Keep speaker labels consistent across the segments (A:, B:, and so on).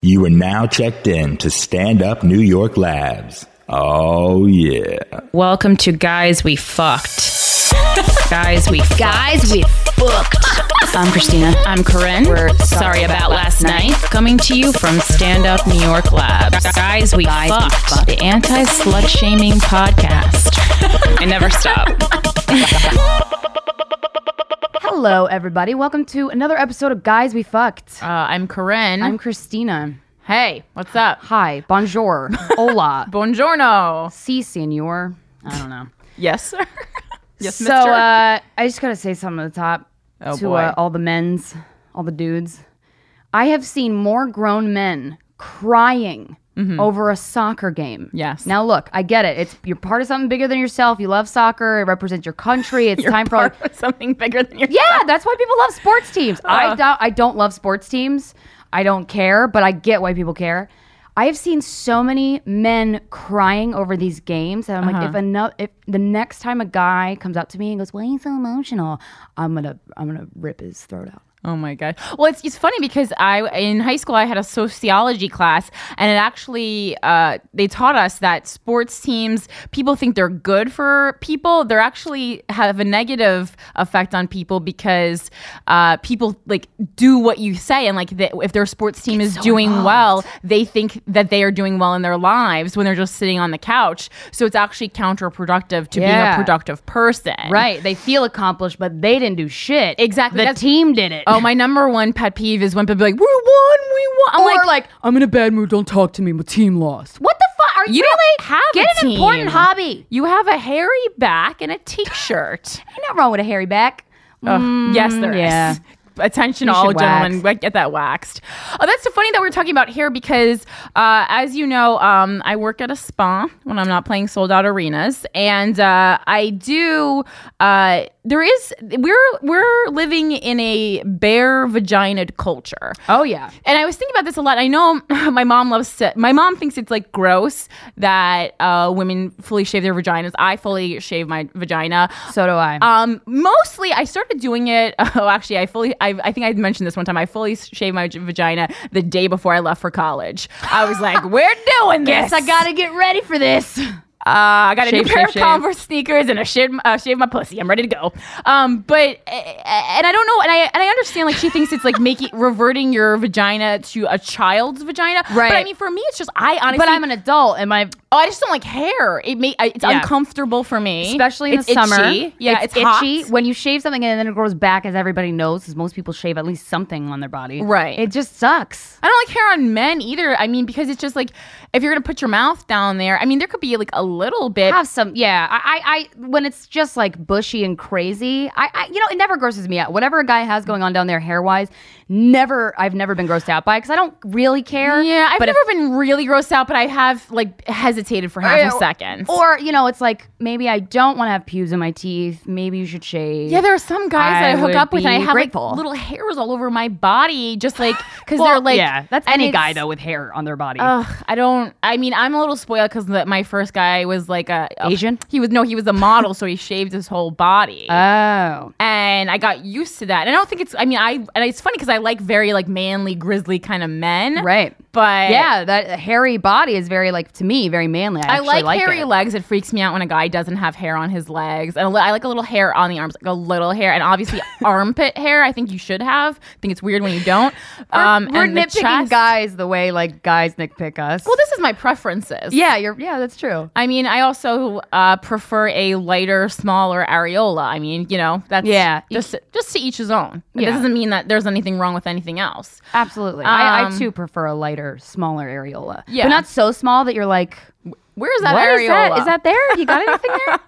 A: You are now checked in to Stand Up New York Labs. Oh, yeah.
B: Welcome to Guys We Fucked. Guys We Fucked.
C: Guys, we booked. I'm Christina.
B: I'm Corinne.
C: We're
B: sorry, about, last night. Coming to you from Stand Up New York Labs. Guys We
C: Guys We
B: Fucked.
C: Fucked.
B: The anti slut shaming podcast. I never stop.
C: Hello, everybody. Welcome to another episode of Guys We Fucked.
D: Uh, I'm Corinne.
C: I'm Christina.
D: hey, what's up?
C: Hi. Bonjour. Hola.
D: Buongiorno.
C: si, senor. I don't know.
D: Yes, sir. yes,
C: so,
D: mister.
C: uh, I just got to say something at the top
D: Oh,
C: to
D: boy.
C: Uh, all the men's, all the dudes. I have seen more grown men crying over a soccer game.
D: Mm-hmm. Yes.
C: Now, look, I get it. It's You're part of something bigger than yourself. You love soccer. It represents your country. It's time for
D: Part of something bigger than your
C: Yeah, that's why people love sports teams. I don't, I don't love sports teams. I don't care, but I get why people care. I have seen so many men crying over these games that I'm like, if enough, if the next time a guy comes up to me and goes, "Why are you so emotional?" I'm gonna, I'm gonna rip his throat out.
D: Oh my god. Well, it's, it's funny because I in high school I had a sociology class, and it actually uh, they taught us that sports teams people think they're good for people. They're actually have a negative effect on people because uh, people like do what you say, and like the, if their sports team is doing well, they think that they are doing well in their lives when they're just sitting on the couch. So it's actually counterproductive to being
C: Yeah.
D: a productive person.
C: Right? They feel accomplished, but they didn't do shit.
D: Exactly.
C: The
D: That's-
C: team did it.
D: Oh, my number one pet peeve is when people be like, "We won, we won." I'm
C: or
D: like,
C: like, I'm in a bad mood. Don't talk to me. My team lost. What the fuck? Are you,
D: You don't
C: really
D: have a
C: get an
D: team.
C: important hobby?
D: You have a hairy back and a t-shirt.
C: Ain't nothing wrong with a hairy back.
D: Ugh, yes, there is.
C: Mm, yeah.
D: Attention,
C: You
D: all
C: should
D: gentlemen,
C: wax.
D: Like, get that waxed. Oh, that's so funny that we're talking about hair because, uh, as you know, um, I work at a spa when I'm not playing sold out arenas, and uh, I do. Uh, there is we're we're living in a bare vagina culture.
C: Oh yeah.
D: And I was thinking about this a lot. I know my mom loves to, my mom thinks it's like gross that uh, women fully shave their vaginas. I fully shave my vagina.
C: So do I.
D: Um, mostly, I started doing it. Oh, actually, I fully. I, I think I mentioned this one time. I fully shaved my vagina the day before I left for college. I was like, "We're doing this."
C: Guess I gotta get ready for this.
D: Uh, I got a
C: Shave,
D: new pair
C: shave,
D: of
C: shave.
D: Converse sneakers and a shave, uh, shave my pussy. I'm ready to go. Um, but uh, and I don't know, and I and I understand like she thinks it's like making reverting your vagina to a child's vagina.
C: Right.
D: But I mean, for me, it's just I honestly,
C: But I'm an adult, and my
D: oh, I just don't like hair. It may I, it's
C: Yeah.
D: uncomfortable for me,
C: especially in
D: It's
C: the summer,
D: itchy. Yeah, it's,
C: itchy
D: hot.
C: when you shave something and then it grows back, as everybody knows, because most people shave at least something on their body.
D: Right.
C: It just sucks.
D: I don't like hair on men either. I mean, because it's just like if you're gonna put your mouth down there, I mean, there could be like a little bit.
C: Have some, yeah. I, I, I when it's just like bushy and crazy, I, I, you know, it never grosses me out. Whatever a guy has going on down there, hair wise, never, I've never been grossed out by because I don't really care.
D: yeah, I've
C: but if-
D: never been really grossed out, but I have like hesitated for half a second.
C: Or you know, it's like maybe I don't want to have pubes in my teeth. Maybe you should shave.
D: Yeah, there are some guys
C: I
D: that I hook
C: would
D: up with, and I
C: be
D: have
C: grateful.
D: like little hairs all over my body, just like because
C: Well,
D: they're like
C: yeah, that's
D: and it's-
C: any
D: Oh.
C: guy though with hair on their body.
D: Ugh, I don't. I mean, I'm a little spoiled because my first guy was like a a-
C: Asian?
D: He was no, he was a model, so he shaved his whole body.
C: oh,
D: and I got used to that. And I don't think it's. I mean, I and it's funny because I like very like manly, grizzly kind of men.
C: right.
D: But
C: yeah, that hairy body is very like to me very manly.
D: I
C: I, actually
D: like, hairy
C: it.
D: legs. It freaks me out when a guy doesn't have hair on his legs, and a li- I like a little hair on the arms, like a little hair, and obviously armpit hair. I think you should have. I think it's weird when you don't. Um,
C: We're
D: and the
C: nitpicking
D: chest.
C: guys the way like guys nitpick us.
D: Well, this is my preferences.
C: yeah, you're yeah, that's true.
D: I mean, I also uh, prefer a lighter, smaller areola. I mean, you know, that's
C: Yeah.
D: just just to each his own.
C: Yeah.
D: It doesn't mean that there's anything wrong with anything else.
C: Absolutely. I, I
D: Um,
C: too prefer a lighter, smaller areola.
D: Yeah.
C: But not so small that you're like,
D: Where is that
C: what
D: areola?
C: is that? Is that there? You got anything there?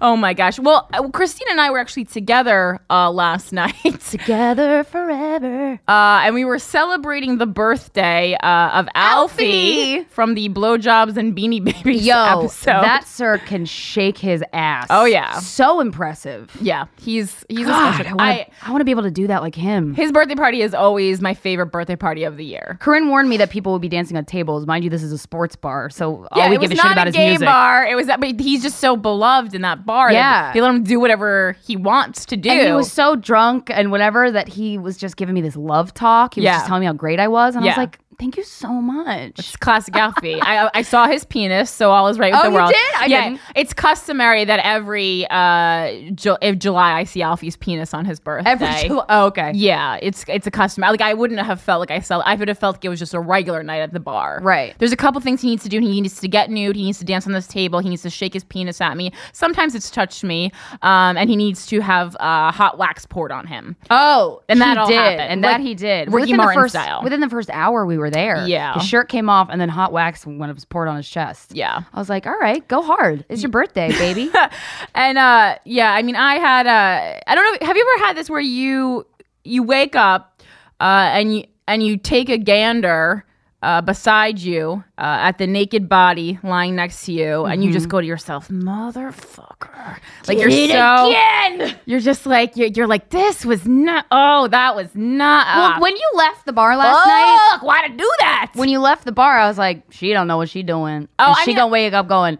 D: Oh my gosh! Well, uh, Christine and I were actually together uh, last night.
C: Together forever.
D: Uh, and we were celebrating the birthday uh, of Alfie,
C: Alfie!
D: from the Blowjobs and Beanie Babies
C: Yo,
D: episode.
C: that sir can shake his ass.
D: Oh, yeah.
C: So impressive.
D: yeah, he's he's a
C: God, I
D: special.
C: wanna-
D: I,
C: I want to be able to do that like him.
D: his birthday party is always my favorite birthday party of the year.
C: Corinne warned me that people would be dancing on tables. Mind you, this is a sports bar, so all
D: yeah,
C: we
D: it was
C: give
D: not
C: a shit about
D: a
C: is
D: gay
C: music.
D: bar. It was that, but he's just so beloved in that bar. that
C: Yeah.
D: they let him do whatever he wants to do.
C: And he was so drunk and whatever that he was just giving me this love talk. He was
D: Yeah.
C: just telling me how great I was, and I was
D: Yeah.
C: like, Thank you so much.
D: It's classic Alfie. I, I saw his penis, so all is right with
C: Oh,
D: the
C: you
D: world.
C: did? I
D: yeah,
C: didn't.
D: it's customary that every uh, Ju- if July I see Alfie's penis on his birthday.
C: Every July- oh, okay.
D: Yeah, it's it's a custom. Like I wouldn't have felt like I sell. I would have felt like it was just a regular night at the bar.
C: Right.
D: There's a couple things he needs to do. He needs to get nude. He needs to dance on this table. He needs to shake his penis at me. Sometimes it's touched me, um, and he needs to have uh, hot wax poured on him.
C: Oh,
D: And
C: he
D: that all
C: did,
D: happened.
C: and
D: Like
C: that he did.
D: Ricky
C: within
D: Martin
C: the first,
D: style.
C: Within the first hour, we were there.
D: Yeah.
C: his shirt came off, and then hot wax when it was poured on his chest.
D: Yeah.
C: I was like, all right, go hard. It's your birthday, baby.
D: And uh, yeah, I mean, I had uh, I don't know. Have you ever had this where you you wake up uh, and you and you take a gander uh, beside you uh, at the naked body lying next to you, and you
C: Mm-hmm.
D: just go to yourself, motherfucker, like you're so you're just like you're, you're like this was not oh that was not
C: well,
D: uh,
C: when you left the bar last night,
D: fuck, why to do that
C: when you left the bar, I was like, she don't know what she doing.
D: Oh,
C: And
D: I
C: she
D: mean-
C: gonna wake up going,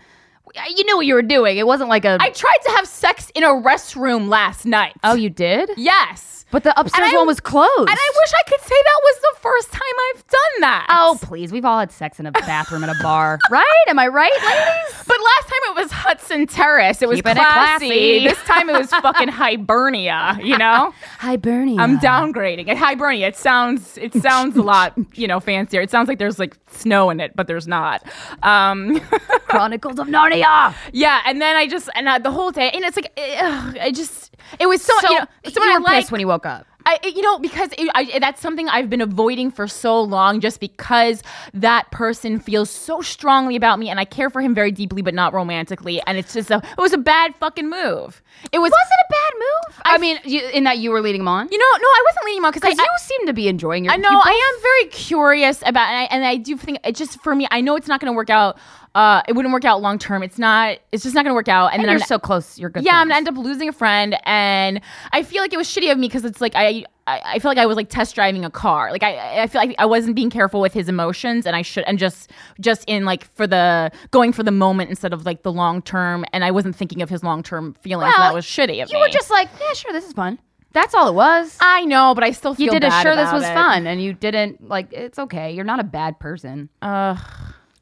C: you knew what you were doing. It wasn't like a.
D: I tried to have sex in a restroom last night.
C: oh, you did.
D: yes.
C: But the upstairs
D: And I-
C: one was closed.
D: And I wish I could say that was the first time I've done that.
C: Oh, please. We've all had sex in a bathroom at a bar, right? Am I right, ladies?
D: But last time it was Hudson Terrace. It was
C: Keeping it
D: classy.
C: classy.
D: This time it was fucking Hibernia, you know?
C: Hi, Bernie.
D: I'm downgrading it. Hibernia. It sounds it sounds a lot, you know, fancier. It sounds like there's like snow in it, but there's not. Um
C: Chronicles of Narnia.
D: yeah, and then I just and uh, the whole day and it's like ugh, I just it was so,
C: So
D: you know, someone
C: you
D: I
C: were
D: like
C: pissed when you woke up.
D: I, it- you know, because it, I, that's something I've been avoiding for so long, just because that person feels so strongly about me, and I care for him very deeply, but not romantically. And it's just a, it was a bad fucking move. It was.
C: Was it a bad move? I, mean, you, in that you were leading him on.
D: You know, no, I wasn't leaning on because
C: Because
D: I,
C: you seem to be enjoying your.
D: I know
C: you both-
D: I am very curious about, and I, and I do think it just for me. I know it's not going to work out. Uh, it wouldn't work out long term. It's not. It's just not going to work out. And,
C: And
D: then
C: you're
D: I'm,
C: so close. You're good.
D: yeah, I'm
C: friends.
D: gonna end up losing a friend, and I feel like it was shitty of me because it's like I, I, I feel like I was like test driving a car. Like I, I feel like I wasn't being careful with his emotions, and I should, and just, just in like for the going for the moment instead of like the long term, and I wasn't thinking of his long term feelings. and
C: Well,
D: that was shitty of
C: You
D: me.
C: were just like, yeah, sure, this is fun. That's all it was.
D: I know, but I still feel
C: you did a
D: bad
C: sure this
D: about
C: was
D: it.
C: fun, and you didn't like. It's okay. You're not a bad person.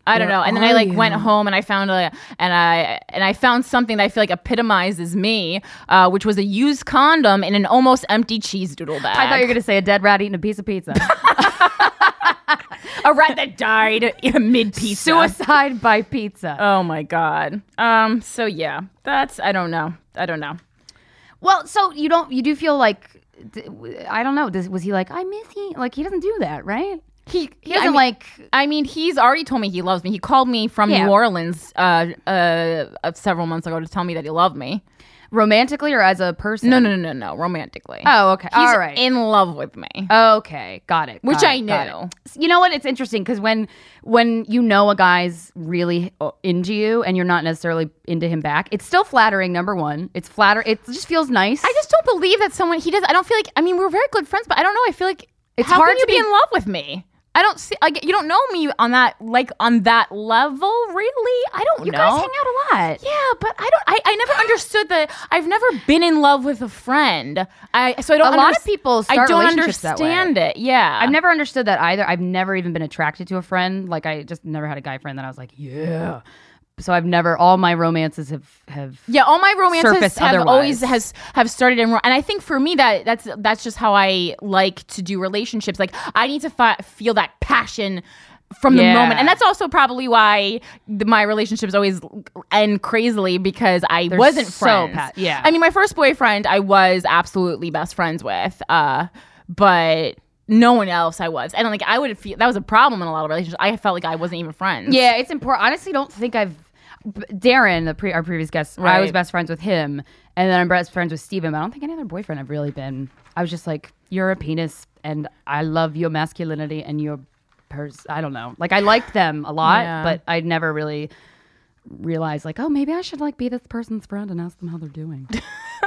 D: I don't
C: Where
D: know. And then I
C: are
D: like
C: you?
D: went home and I found a and I and I found something that I feel like epitomizes me, uh, which was a used condom in an almost empty cheese doodle bag.
C: I thought you were gonna say a dead rat eating a piece of pizza.
D: a rat that died in mid pizza.
C: Suicide by pizza.
D: Oh my god. Um. So yeah, that's I don't know. I don't know.
C: well, so you don't. You do feel like. d- w- I don't know. Does, was he like I miss you? Like he doesn't do that, right?
D: He he
C: He doesn't like.
D: I mean, he's already told me he loves me. He called me from
C: Yeah.
D: New Orleans uh, uh, uh, several months ago to tell me that he loved me.
C: romantically or as a person?
D: No, no, no, no, no. Romantically. Uh,
C: Oh, okay.
D: He's
C: All right.
D: in love with me.
C: okay, got it.
D: Which
C: got
D: I
C: it, got
D: knew.
C: it. You know what? It's interesting because when when you know a guy's really uh, into you and you're not necessarily into him back, it's still flattering. Number one, it's flatter. It just feels nice.
D: I just don't believe that someone he does. I don't feel like. I mean, we're very good friends, but I don't know. I feel like
C: It's
D: how
C: hard
D: can you be
C: to be-
D: in love with me. I don't see. Like, you don't know me on that. Like on that level, really. I don't.
C: you
D: know.
C: guys hang out a lot.
D: Yeah, but I don't. I, I never understood the. I've never been in love with a friend. I so I don't.
C: A lot of
D: underst-
C: people
D: I
C: start
D: don't
C: relationships that way.
D: understand it. Yeah,
C: I've never understood that either. I've never even been attracted to a friend. Like I just never had a guy friend that I was like, yeah. So I've never. All my romances have have.
D: Yeah, all my romances
C: surface
D: have
C: otherwise.
D: always has have started in, ro- and I think for me that that's that's just how I like to do relationships. Like I need to fi- feel that passion from the
C: Yeah.
D: moment, and that's also probably why the, my relationships always end crazily because I wasn't
C: so
D: friends.
C: pa- yeah.
D: I mean, my first boyfriend I was absolutely best friends with, uh, but. No one else I was. And like I would feel that was a problem in a lot of relationships. I felt like I wasn't even friends.
C: Yeah, it's important. Honestly, don't think I've B- Darren, the pre- our previous guest. I was
D: Right.
C: best friends with him, and then I'm best friends with Steven. But I don't think any other boyfriend I've really been. I was just like, you're a penis, and I love your masculinity and your pers. I don't know. Like I liked them a lot,
D: Yeah.
C: but I never really realized like, oh, maybe I should like be this person's friend and ask them how they're doing.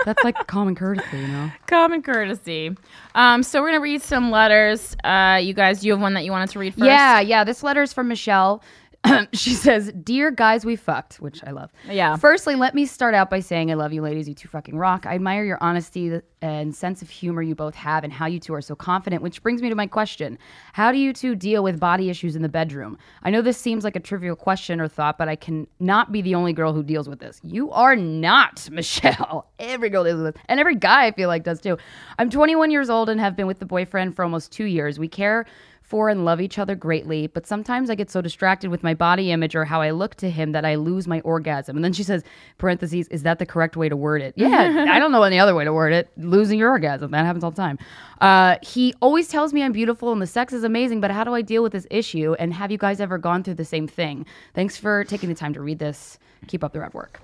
C: That's like common courtesy, you know.
D: Common courtesy. Um, so we're gonna read some letters. Uh, you guys, you have one that you wanted to read first.
C: Yeah, yeah. This letter is from Michelle. she says, Dear guys, we fucked, which I love.
D: Yeah.
C: Firstly, let me start out by saying I love you, ladies. You two fucking rock. I admire your honesty and sense of humor you both have and how you two are so confident, which brings me to my question How do you two deal with body issues in the bedroom? I know this seems like a trivial question or thought, but I can not be the only girl who deals with this. You are not, Michelle. Every girl deals with this. And every guy, I feel like, does too. I'm 21 years old and have been with the boyfriend for almost two years. We care for and love each other greatly, but sometimes I get so distracted with my body image or how I look to him that I lose my orgasm. And then she says, parentheses, is that the correct way to word it? Yeah, I don't know any other way to word it. Losing your orgasm. That happens all the time. Uh, he always tells me I'm beautiful and the sex is amazing, but how do I deal with this issue? And have you guys ever gone through the same thing? Thanks for taking the time to read this. Keep up the red work.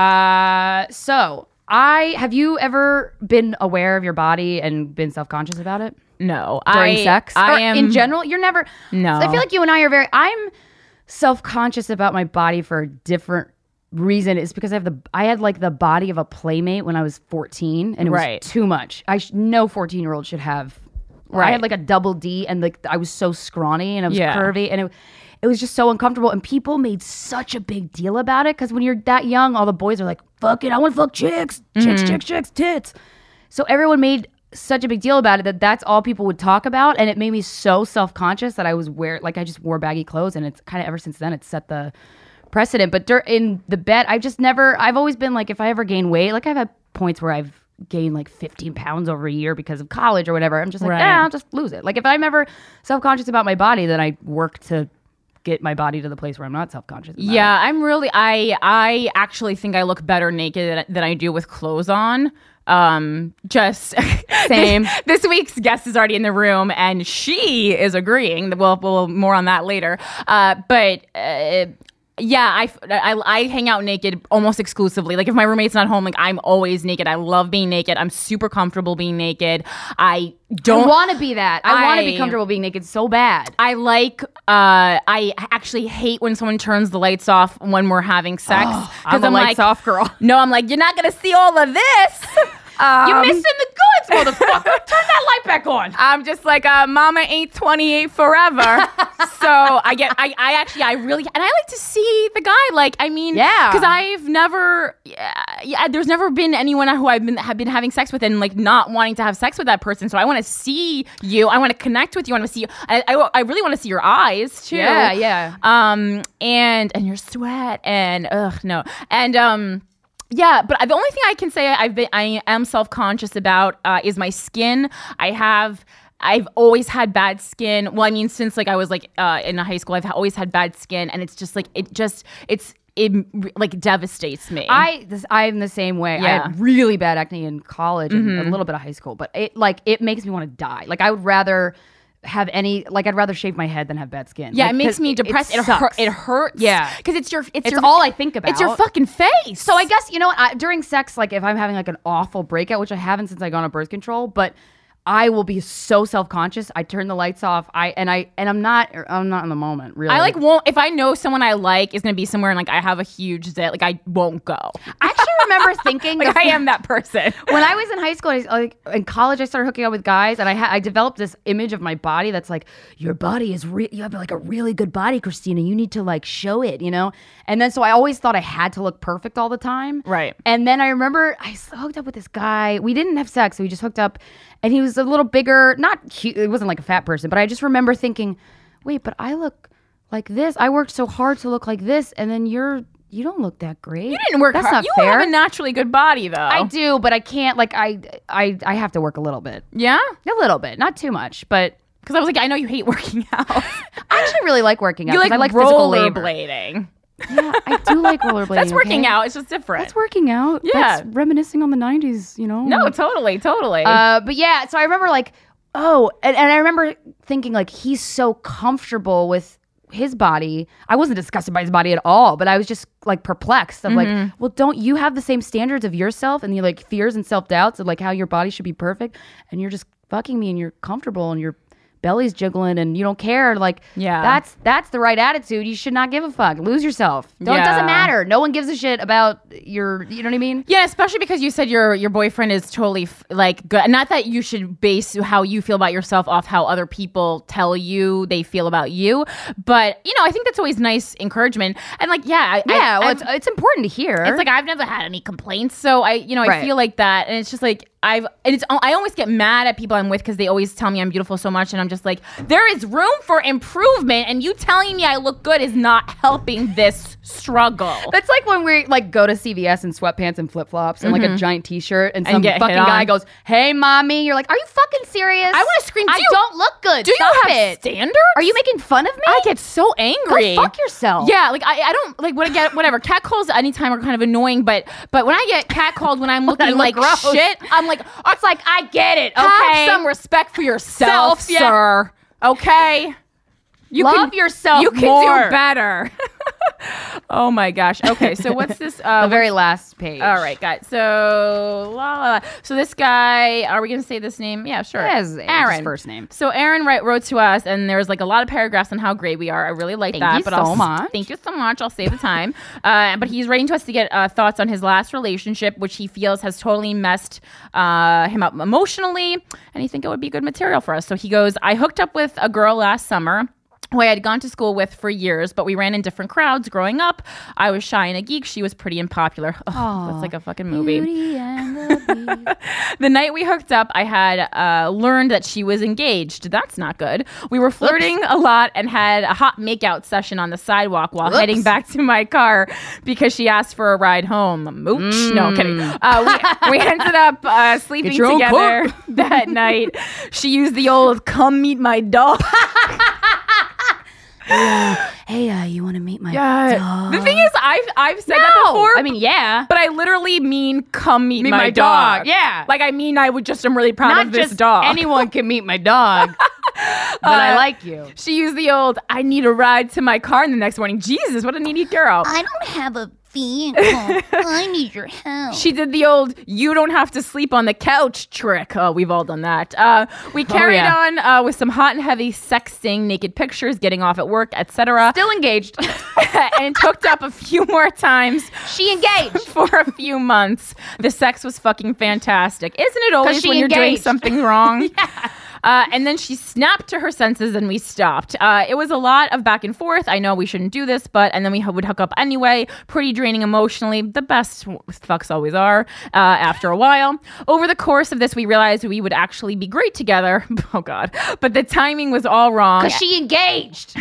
C: Uh, so I have you ever been aware of your body and been self conscious about it?
D: No,
C: during
D: I,
C: sex Or
D: I am
C: in general you're never
D: No.
C: i feel like you and i are very i'm self-conscious about my body for a different reason it's because i have the i had like the body of a playmate when i was 14 and it
D: Right.
C: was too much i sh- no 14 year old should have i had
D: Right.
C: like a double d and like i was so scrawny and i was
D: Yeah.
C: curvy and it it was just so uncomfortable and people made such a big deal about it because when you're that young all the boys are like fuck it i want to fuck chicks chicks
D: Mm-hmm.
C: chicks chicks tits so everyone made such a big deal about it that that's all people would talk about, and it made me so self conscious that I was wear like I just wore baggy clothes, and it's kind of ever since then it's set the precedent. But dur- in the bed, I've just never. I've always been like, if I ever gain weight, like I've had points where I've gained like 15 pounds over a year because of college or whatever. I'm just like,
D: Right.
C: nah, I'll just lose it. Like if I'm ever self conscious about my body, then I work to get my body to the place where I'm not self conscious.
D: Yeah, I'm really. I I actually think I look better naked than, than I do with clothes on. Um, just
C: Same.
D: this week's guest is already in the room, and she is agreeing. We'll, we'll more on that later. Uh, but. Uh, yeah, I, f- I- I hang out naked almost exclusively. Like if my roommate's not home, like I'm always naked. I love being naked. I'm super comfortable being naked. I
C: I
D: don't
C: want to be that. I, want to be
D: I-
C: comfortable being naked so bad.
D: I like. Uh, I actually hate when someone turns the lights off when we're having sex. Because
C: I'm a lights off girl.
D: No, I'm like, you're not gonna see all of this.
C: You're
D: Um,
C: missing the goods, motherfucker. Turn that light back on.
D: I'm just like, uh, Mama ain't 28 forever. so I get, I, I actually, I really, and I like to see the guy. Like, I mean,
C: Yeah.
D: because I've never, yeah, yeah, there's never been anyone who I've been have been having sex with and like not wanting to have sex with that person. So I want to see you. I want to connect with you. I want to see you. I, I, I really want to see your eyes too.
C: Yeah, yeah.
D: Um, and and your sweat and ugh, no, and um. Yeah, but the only thing I can say I've been I am self conscious about uh, is my skin. I have I've always had bad skin. Well, I mean, since like I was like uh, in high school, I've ha- always had bad skin, and it's just like it just it's it like devastates me.
C: I this, I'm the same way. I
D: Yeah.
C: had really bad acne in college and a little bit of high school, but it like it makes me want to die. Like I would rather have any like I'd rather shave my head than have bad skin.
D: yeah,
C: Like,
D: it makes
C: 'cause
D: me depressed. It, hurt,
C: sucks.
D: it hurts.
C: Yeah.
D: because it's your it's,
C: It's
D: your,
C: all I think about.
D: It's your fucking face.
C: So I guess you know what, I, during sex, like if I'm having like an awful breakout, which I haven't since I got on birth control, but I will be so self conscious. I turn the lights off. I and I and I'm not er, I'm not in the moment really.
D: I like won't if I know someone I like is gonna be somewhere and like I have a huge zit, like I won't go.
C: I actually remember thinking
D: Like
C: the
D: I am that person.
C: when I was in high school, I, like in college, I started hooking up with guys, and I ha- I developed this image of my body that's like your body is re- you have like a really good body, Christina. You need to like show it, you know. And then so I always thought I had to look perfect all the time,
D: Right.
C: And then I remember I s- hooked up with this guy. We didn't have sex, so we just hooked up, and he was a little bigger, not cute. It wasn't like a fat person, but I just remember thinking, wait, but I look like this. I worked so hard to look like this, and then you're. You don't look that great.
D: You didn't work
C: That's
D: hard.
C: Not
D: you
C: fair.
D: have a naturally good body though.
C: I do, but I can't. Like I, I, I have to work a little bit,
D: Yeah?
C: a little bit, not too much. But
D: Because I was like, I know you hate working out.
C: I actually really like working out.
D: you
C: 'cause
D: like,
C: I like physical labor.
D: rollerblading.
C: Yeah, I do like rollerblading.
D: That's working
C: okay?
D: out. It's just different.
C: That's working out.
D: Yeah.
C: That's reminiscing on the '90s. You know.
D: no, totally, totally.
C: Uh, but yeah, so I remember like, oh, and, and I remember thinking like he's so comfortable with his body. I wasn't disgusted by his body at all, but I was just like perplexed of like, well, don't you have the same standards of yourself and the like fears and self doubts of like how your body should be perfect, and you're just fucking me and you're comfortable and you're belly's jiggling and you don't care. Like,
D: Yeah.
C: that's that's the right attitude. You should not give a fuck. Lose yourself. Don't, It doesn't
D: Yeah.
C: matter. No one gives a shit about your. You know what I mean?
D: Yeah, especially because you said your your boyfriend is totally f- like good. Not that you should base how you feel about yourself off how other people tell you they feel about you, but you know I think that's always nice encouragement. And like, yeah, I,
C: Yeah,
D: I,
C: well,
D: I've-
C: it's, it's important to hear.
D: it's like I've never had any complaints, so I, you know, I
C: Right.
D: feel like that, and it's just like I've, and it's I always get mad at people I'm with because they always tell me I'm beautiful so much, and I'm just like, there is room for improvement, and you telling me I look good is not helping this struggle.
C: That's like when we like go to CVS in sweatpants and flip flops and like a giant T-shirt, and some
D: Mm-hmm. get hit
C: fucking
D: on.
C: guy goes, "Hey, mommy," you're like, "Are you fucking serious?"
D: I wanna scream,
C: I
D: "Do you-
C: don't look good.
D: Do
C: Stop
D: you have
C: it.
D: standards?
C: Are you making fun of me?
D: I get so angry.
C: Go fuck yourself.
D: Yeah, like I, I don't like when I get whatever cat calls anytime are kind of annoying, but but when I get cat called when I'm looking
C: I look
D: like
C: gross.
D: shit, I'm like, oh, it's like I get it. Okay,
C: Have
D: some
C: some
D: respect for yourself,
C: yourself,
D: sir. Okay, you
C: Love yourself
D: You can
C: more.
D: do better. oh my gosh. Okay, so what's this? Uh,
C: The very last page.
D: all right, guys. So la, la, la. so this guy, are we gonna say this name? Yeah, sure.
C: Yeah, his- his
D: Aaron.
C: first name.
D: So Aaron wrote, wrote to us, and there was like a lot of paragraphs on how great we are. I really like
C: Thank
D: that.
C: you
D: but
C: so
D: I'll, s-
C: much.
D: Thank you so much. I'll save the time. uh, but he's writing to us to get uh, thoughts on his last relationship, which he feels has totally messed uh, him up emotionally, and he think it would be good material for us. So he goes, I hooked up with a girl last summer who I had gone to school with for years, but we ran in different crowds growing up. I was shy and a geek. She was pretty and popular. Oh, that's like a fucking movie. the night we hooked up, I had uh, learned that she was engaged. That's not good. We were flirting a lot and had a hot makeout session on the sidewalk while heading back to my car because she asked for a ride home. Mooch. No, kidding. Uh, we, we ended up uh, sleeping
C: Mm. your own
D: together that night. She used the old "come meet my dog."
C: Hey, uh, you want to meet my?
D: the thing is, I've I've said that
C: No.
D: before.
C: I mean, yeah.
D: But I literally mean come meet,
C: Meet
D: my,
C: my
D: dog.
C: dog, yeah.
D: Like I mean I would just I'm really proud
C: Not
D: of this
C: just
D: dog. Uh,
C: anyone can meet my dog, but I like you.
D: She used the old I need a ride to my car in the next morning. Jesus, what a needy girl.
E: I don't have a vehicle. I need your help.
D: She did the old you don't have to sleep on the couch trick. Oh, we've all done that. Uh, we carried
C: yeah.
D: on uh, with some hot and heavy sexting, naked pictures, getting off at work, etc.
C: Still engaged.
D: and hooked up a few more times
C: she engaged.
D: for a few months. The sex was fucking fantastic. Isn't it always
C: she
D: when you're doing
C: engaged.
D: something wrong? Uh, and then she snapped to her senses and we stopped. Uh, it was a lot of back and forth. I know we shouldn't do this, but, and then we h- would hook up anyway. Pretty draining emotionally. The best w- fucks always are uh, after a while. Over the course of this, we realized we would actually be great together. Oh, God. But the timing was all wrong
C: She engaged.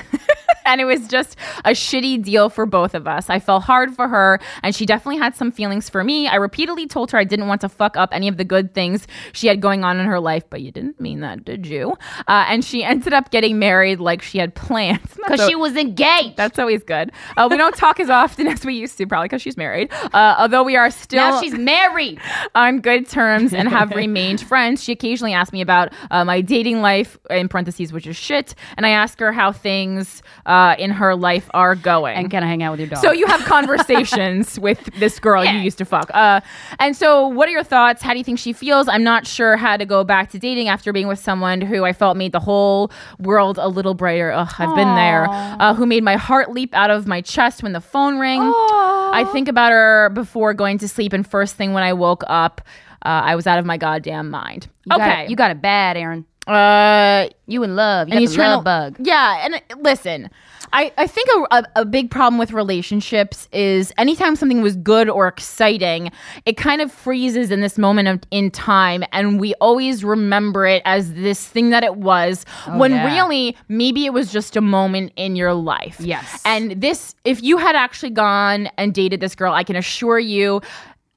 D: and it was just a shitty deal for both of us. I fell hard for her, and she definitely had some feelings for me. I repeatedly told her I didn't want to fuck up any of the good things she had going on in her life, but you didn't mean that, did you? Uh, and she ended up getting married like she had planned.
C: Because she was engaged.
D: That's always good. Uh, we don't talk as often as we used to, probably because she's married. Uh, although we are still
C: now she's married.
D: on good terms and have remained friends. She occasionally asked me about uh, my dating life, in parentheses, which is shit. And I ask her how things uh, in her life are going.
C: And can I hang out with your dog?
D: so you have conversations with this girl you used to fuck. Uh, and so, what are your thoughts? How do you think she feels? I'm not sure how to go back to dating after being with someone who I felt made the whole world a little brighter. Ugh, I've been there. Uh, who made my heart leap out of my chest when the phone rang. I think about her before going to sleep, and first thing when I woke up, uh, I was out of my goddamn mind.
C: You got
D: okay,
C: it- you got it bad, Aaron.
D: Uh,
C: You in love. You got the
D: trying
C: love
D: to-
C: bug.
D: Yeah, and uh, listen, I, I think a, a, a big problem with relationships is anytime something was good or exciting, it kind of freezes in this moment of, in time, and we always remember it as this thing that it was, when
C: Oh, yeah.
D: really maybe it was just a moment in your life.
C: Yes.
D: and this, if you had actually gone and dated this girl, I can assure you.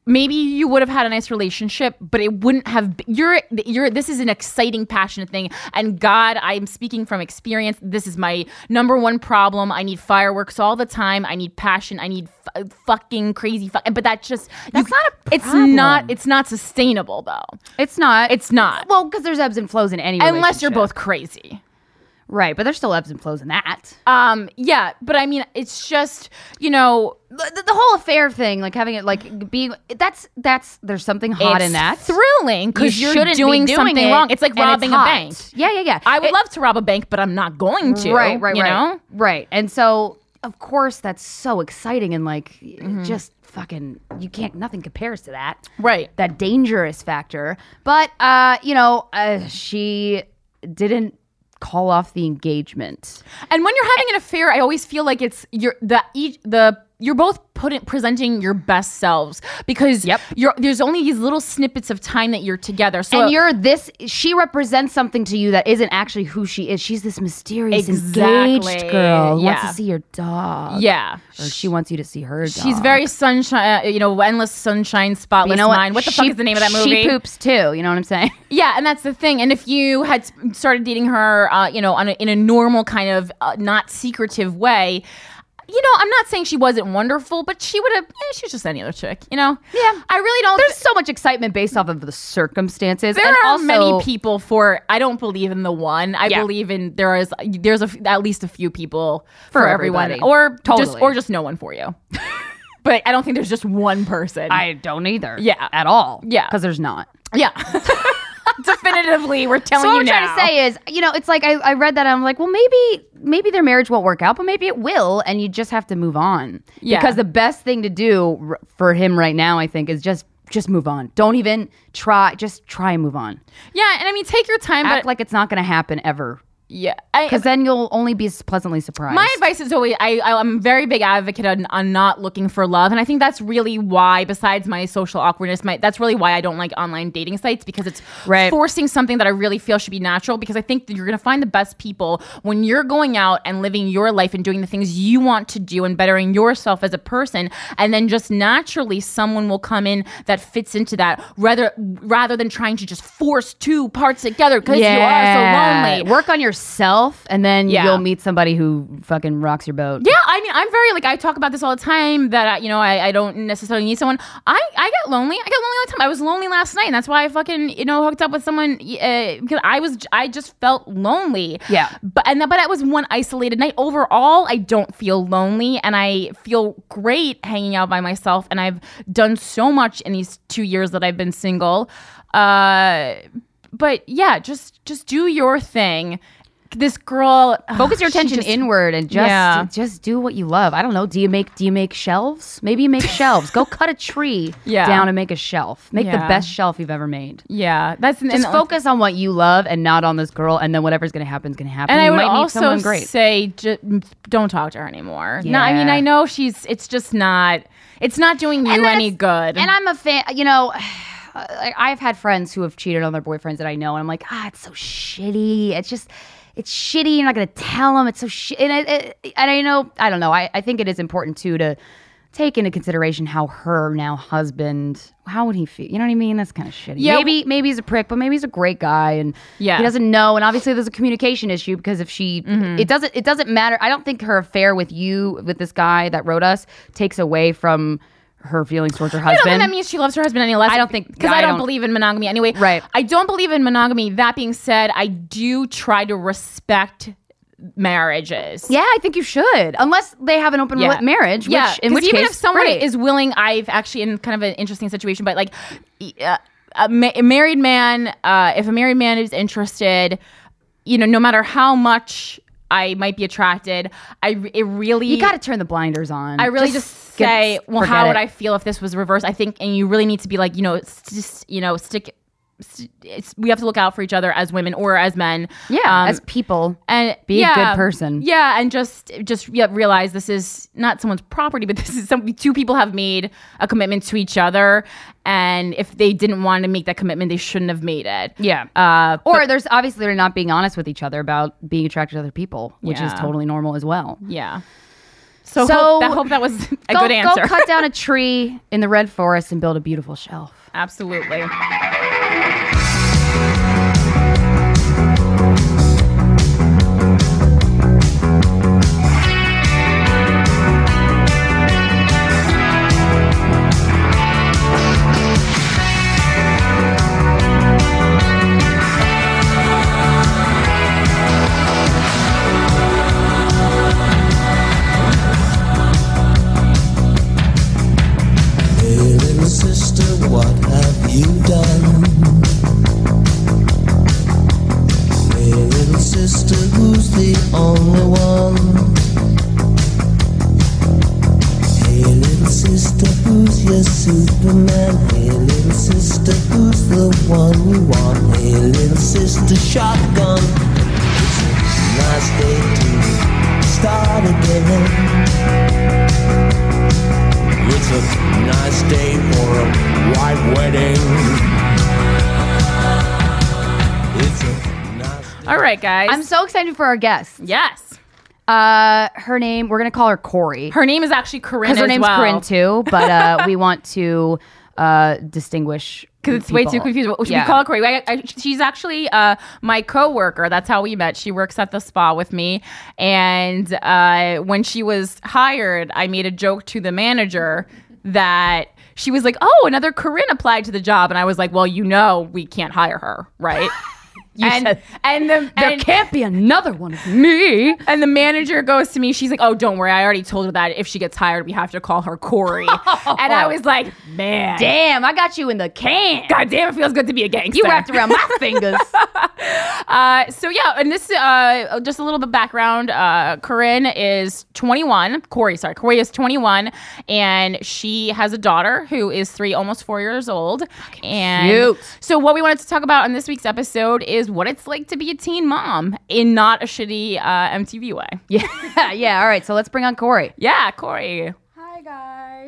D: Maybe you would have had a nice relationship, but it wouldn't have. b- You're, you're. This is an exciting, passionate thing, and God, I'm speaking from experience. This is my number one problem. I need fireworks all the time. I need passion. I need f- fucking crazy. Fu- but that's just. That's
C: not a
D: It's not.
C: problem.
D: It's not sustainable though.
C: It's not.
D: It's not.
C: Well, because there's ebbs and flows in any
D: Unless you're
C: relationship.
D: both crazy.
C: Right, but there's still ebbs and flows in that.
D: Um, yeah, but I mean, it's just you know,
C: the, the whole affair thing, like having it, like being that's that's there's something hot
D: it's
C: in that.
D: thrilling because
C: You
D: you are
C: shouldn't be
D: doing, something
C: it,
D: wrong. It's like
C: and
D: robbing a
C: hot.
D: bank.
C: Yeah, yeah, yeah.
D: I would
C: It-
D: love to rob a bank, but I'm not going to.
C: right, right,
D: you
C: right,
D: Know?
C: right. And so, of course, that's so exciting and like just fucking you can't nothing compares to that.
D: Mm-hmm. Right.
C: that dangerous factor. But uh, you know, uh, she didn't call off the engagement.
D: And when you're having an affair, I always feel like it's you're the each the you're both putting presenting your best selves because
C: Yep.
D: you're, there's only these little snippets of time that you're together. So
C: and you're this. She represents something to you that isn't actually who she is. She's this mysterious engaged
D: Exactly.
C: girl who wants
D: Yeah.
C: to see your dog.
D: yeah,
C: or she wants you to see her. Oh, Dog.
D: she's very sunshine, uh, you know, endless sunshine, spotless
C: You know
D: mind. What the
C: She-
D: fuck is the name of that movie?
C: She poops too. You know what I'm saying?
D: Yeah, and that's the thing. And if you had s- started dating her, uh, you know, on a, in a normal kind of uh, not secretive way, you know, I'm not saying she wasn't wonderful, but she would have. Eh, she was just any other chick, you know.
C: Yeah.
D: I really don't.
C: There's so much excitement based off of the circumstances.
D: there
C: and
D: are
C: also,
D: many people for. I don't believe in the one. I
C: Yeah.
D: believe in there is there's a, f- at least a few people for, everyone,
C: everybody.
D: or just
C: Totally.
D: or just no one for you. but I don't think there's just one person.
C: I don't either.
D: Yeah.
C: at all.
D: Yeah.
C: because there's not.
D: yeah. Definitively, we're telling
C: So
D: you
C: what I'm
D: now.
C: trying to say is, you know, it's like I, I read that and I'm like, well, maybe maybe their marriage won't work out, but maybe it will, and you just have to move on.
D: Yeah.
C: Because the best thing to do r- for him right now, I think, is just just move on. Don't even try. Just try and move on.
D: yeah, and I mean, take your time,
C: Act
D: but
C: like it's not going to happen ever,
D: yeah, I-
C: because then you'll only be s- pleasantly surprised.
D: My advice is always I, I- I'm a very big advocate on, on not looking for love, and I think that's really why, besides my social awkwardness, my that's really why I don't like online dating sites because it's
C: Right.
D: forcing something that I really feel should be natural. Because I think that you're gonna find the best people when you're going out and living your life and doing the things you want to do and bettering yourself as a person, and then just naturally someone will come in that fits into that rather rather than trying to just force two parts together because you are so lonely.
C: Work on yourself, and then
D: Yeah.
C: you'll meet somebody who fucking rocks your boat.
D: Yeah, I mean, I'm very like I talk about this all the time that I, you know I, I don't necessarily need someone. I I get lonely. I get lonely all the time. I was lonely last night, and that's why I fucking you know hooked up with someone uh, because I was I just felt lonely.
C: Yeah.
D: but and that, but that was one isolated night. Overall, I don't feel lonely, and I feel great hanging out by myself. And I've done so much in these two years that I've been single. Uh, but yeah, just just do your thing. This girl,
C: focus your
D: she
C: attention
D: just-
C: inward and just
D: Yeah.
C: just do what you love. I don't know. Do you make do you make shelves? Maybe you make shelves. Go cut a tree
D: Yeah.
C: down and make a shelf. Make the
D: Yeah.
C: best shelf you've ever made.
D: Yeah, that's an
C: Just
D: and-
C: focus on what you love and not on this girl, and then whatever's gonna happen is gonna happen.
D: And
C: you
D: I would
C: might meet
D: also
C: someone great.
D: say, ju- don't talk to her anymore. No, I mean,
C: Yeah.
D: I know she's. It's just not. It's not doing you
C: then
D: any
C: it's-
D: good.
C: And I'm a fan. You know, I- I've had friends who have cheated on their boyfriends that I know, and I'm like, ah, it's so shitty. It's just. It's shitty. You're not gonna tell them. It's so shit. And I, I- and I know I don't know. I, I think it is important too to take into consideration how her now husband. How would he feel? You know what I mean? That's kind of shitty.
D: Yeah,
C: Maybe maybe he's a prick, but maybe he's a great guy, and
D: Yeah.
C: he doesn't know. And obviously there's a communication issue because if she, it doesn't it doesn't matter. I don't think her affair with you with this guy that wrote us takes away from her feelings towards her
D: I don't
C: husband.
D: think that means she loves her husband any less.
C: I don't think-
D: because
C: I
D: I, don't,
C: don't-
D: believe in monogamy anyway.
C: Right.
D: I don't believe in monogamy. That being said, I do try to respect marriages.
C: yeah, I think you should, unless they have an open
D: Yeah.
C: rela- marriage.
D: Yeah,
C: which, in
D: 'cause
C: which
D: even
C: case,
D: if someone
C: great.
D: is willing, I've actually in kind of an interesting situation, but like e- uh, a, ma- a married man, uh, if a married man is interested, you know, no matter how much I might be attracted, I re- it really
C: you got to turn the blinders on.
D: I really just,
C: get-
D: say, well,
C: forget
D: how would
C: it.
D: I feel if this was reversed? I think, and you really need to be like, you know, it's just, you know, stick. st- It's, we have to look out for each other as women or as men.
C: Yeah,
D: Um,
C: as people,
D: and
C: Be a good
D: yeah,
C: person.
D: Yeah, and just just yeah, realize this is not someone's property, but this is some two people have made a commitment to each other, and if they didn't want to make that commitment, they shouldn't have made it.
C: Yeah.
D: Uh,
C: or there's obviously they're not being honest with each other about being attracted to other people, which is
D: Yeah.
C: totally normal as well.
D: yeah. So,
C: So-
D: hope, that, hope that was a
C: go,
D: good answer.
C: Go cut down a tree in the red forest and build a beautiful shelf.
D: Absolutely.
F: Superman. Hey, little sister, who's the one you want? Hey, little sister, shotgun. It's a nice day to start again. It's a nice day for a white wedding. It's a nice day.
D: All right, guys.
C: I'm so excited for our guest.
D: yes.
C: Uh, her name, we're going to call her Corey.
D: Her name is actually Corinne.
C: Because her
D: as
C: name's
D: well.
C: Corinne too, but uh, we want to uh, distinguish.
D: Because it's way too
C: people.
D: confusing. Should
C: Yeah.
D: we call her Corey? I, I, she's actually uh, my coworker. That's how we met. She works at the spa with me. And uh, when she was hired, I made a joke to the manager that she was like, "Oh, another Corinne applied to the job," and I was like, "Well, you know, we can't hire her, right?" and
C: said-
D: and the
C: There
D: and,
C: can't be another one of me.
D: and the manager goes to me, she's like, "Oh, don't worry, I already told her that if she gets hired, we have to call her Corey." and I was like, "Man,
C: Damn, I got you in the can.
D: God damn, it feels good to be a gangster."
C: you wrapped around my fingers.
D: Uh, so yeah, and this uh, just a little bit background. Uh, Corinne is 21. Corey, sorry, Corey is 21, and she has a daughter who is three, almost four years old. And
C: cute.
D: so what we wanted to talk about on this week's episode is what it's like to be a teen mom in not a shitty uh, MTV way.
C: yeah, yeah. All right, so let's bring on Corey.
D: Yeah, Corey.
G: Hi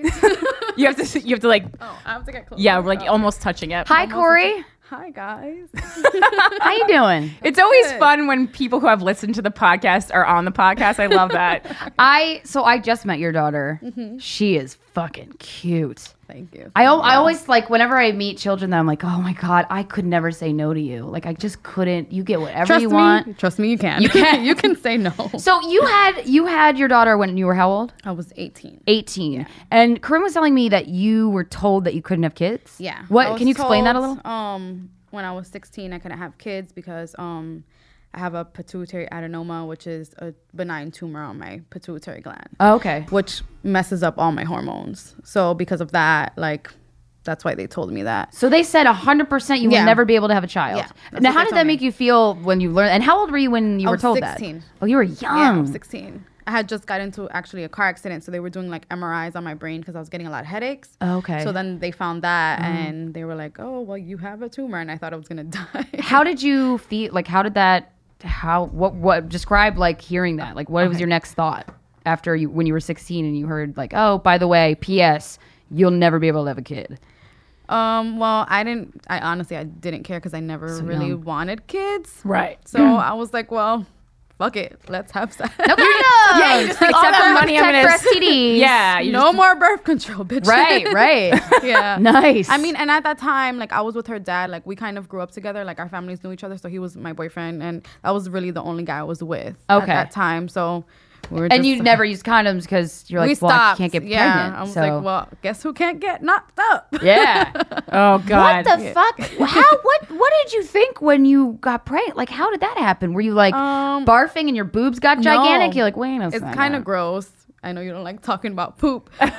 G: guys.
D: You have to, you have to like,
G: oh, I have to get close.
D: yeah, we're like almost touching it.
C: Hi, Corey.
G: Hi guys.
C: How you doing?
D: It's always fun when people who have listened to the podcast are on the podcast. I love that.
C: I so I just met your daughter. She is fucking cute.
G: Thank you.
C: I, al- I always like whenever I meet children that I'm like, oh my god, I could never say no to you. Like I just couldn't. You get whatever
G: Trust
C: you
G: me.
C: want.
G: Trust me, you can. You can. you can say no.
C: So you had you had your daughter when you were how old?
G: I was 18.
C: 18. And Corinne was telling me that you were told that you couldn't have kids.
G: Yeah. I
C: What
G: was
C: can you explain that a
G: told,
C: little?
G: Um, when I was 16, I couldn't have kids because um, I have a pituitary adenoma, which is a benign tumor on my pituitary gland,
C: Oh, okay.
G: which messes up all my hormones. So because of that, like, that's why they told me that.
C: So they said 100% you
G: Yeah.
C: would never be able to have a child.
G: Yeah, that's
C: now
G: what
C: how
G: they
C: did
G: told
C: that
G: me.
C: make you feel when you learned and how old were you when you were
G: was
C: told
G: 16.
C: that? Oh, you were
G: Yeah, I
C: young.
G: was 16. I had just got into actually a car accident, so they were doing like MRIs on my brain because I was getting a lot of headaches.
C: Okay. Mm-hmm.
G: So then they found that, and they were like, "Oh, well, you have a tumor," and I thought I was gonna die.
C: how did you feel like how did that how what what describe like hearing that? Like what was your next thought after you when you were 16 and you heard like, "Oh, by the way, PS, you'll never be able to have a kid."
G: Um. Well, I didn't. I honestly, I didn't care because I never really
C: young.
G: wanted kids.
D: Right.
G: So I was like, "well, fuck it, let's have sex.
C: Okay.
D: yeah, you just like, all that money I'm gonna
C: for STDs.
D: Yeah, you
G: no more birth control, bitch.
C: Right, right.
G: yeah.
C: nice.
G: I mean, and at that time, like I was with her dad. Like we kind of grew up together. Like our families knew each other, so he was my boyfriend, and that was really the only guy I was with
C: Okay.
G: at that time. So we were
C: and
G: just-
C: you never used condoms because you're like,
G: we
C: well, I
G: stopped.
C: can't get
G: yeah,
C: pregnant.
G: I was
C: so.
G: like, well, guess who can't get knocked up?
C: yeah.
D: Oh
C: what
D: God.
C: the fuck? How? What? What did you think when you got pregnant? Like, how did that happen? Were you like
G: Um,
C: barfing and your boobs got gigantic?
G: No.
C: You're like, wait a
G: It's
C: second.
G: kind of gross. I know you don't like talking about poop, but like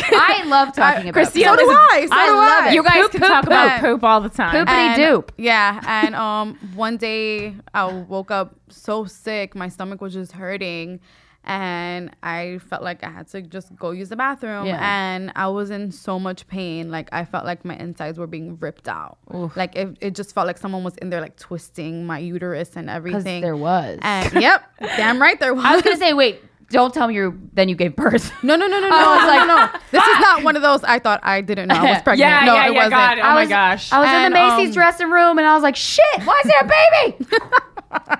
C: I love talking about
D: Christina,
G: So do
D: listen,
G: I, so
D: I
G: do
D: love
G: I.
D: it. You guys
G: Poop,
D: can
G: poop,
D: talk about
G: poop.
D: poop all the time.
C: Poop. Pretty
G: And-
C: dope.
G: Yeah, and um, one day I woke up so sick, my stomach was just hurting, and I felt like I had to just go use the bathroom,
C: Yeah.
G: and I was in so much pain, like I felt like my insides were being ripped out, like it, it just felt like someone was in there like twisting my uterus and everything.
C: there was.
G: And yep, damn right there was.
C: I was gonna say, wait, don't tell me you. Then you gave birth.
G: no, no, no, no, no,
C: I was like,
G: no, no, no. This is not one of those. I thought I didn't know I was pregnant.
D: Yeah,
G: no,
D: yeah,
G: it
D: yeah,
G: wasn't.
D: got it. Oh
G: I
D: my
G: was-
D: gosh.
C: I was in
G: And,
C: the Macy's
G: um,
C: dressing room and I was like, shit, why is there a baby?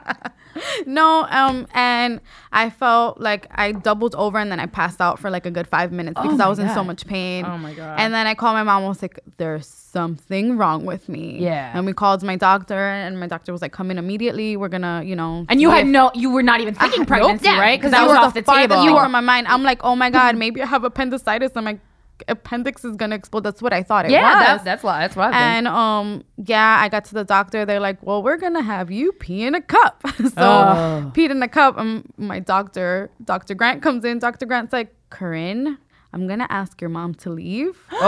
G: No, um, and I felt like I doubled over and then I passed out for like a good five minutes because
D: Oh
G: I was in so much pain. Oh
D: my God.
G: And then I called my mom. I was like, "There's something wrong with me."
C: Yeah.
G: And we called my doctor, and my doctor was like, "Come in immediately. We're gonna, you know."
D: And you had no, you were not even thinking pregnancy,
C: yeah,
D: right? Because
C: 'cause
D: that
C: you
D: was
C: were
D: off
C: the
D: the
C: farthest
D: table.
G: you were in my mind. I'm like, "Oh my God, maybe I have appendicitis." And my appendix is gonna explode. That's what I thought it was.
C: that's why. That's why.
G: And um, yeah, I got to the doctor. They're like, "Well, we're gonna have you pee in a cup." so
D: Oh.
G: peed in a cup. And my doctor, Doctor Grant, comes in. Doctor Grant's like, "Corinne, I'm gonna ask your mom to leave. Oh,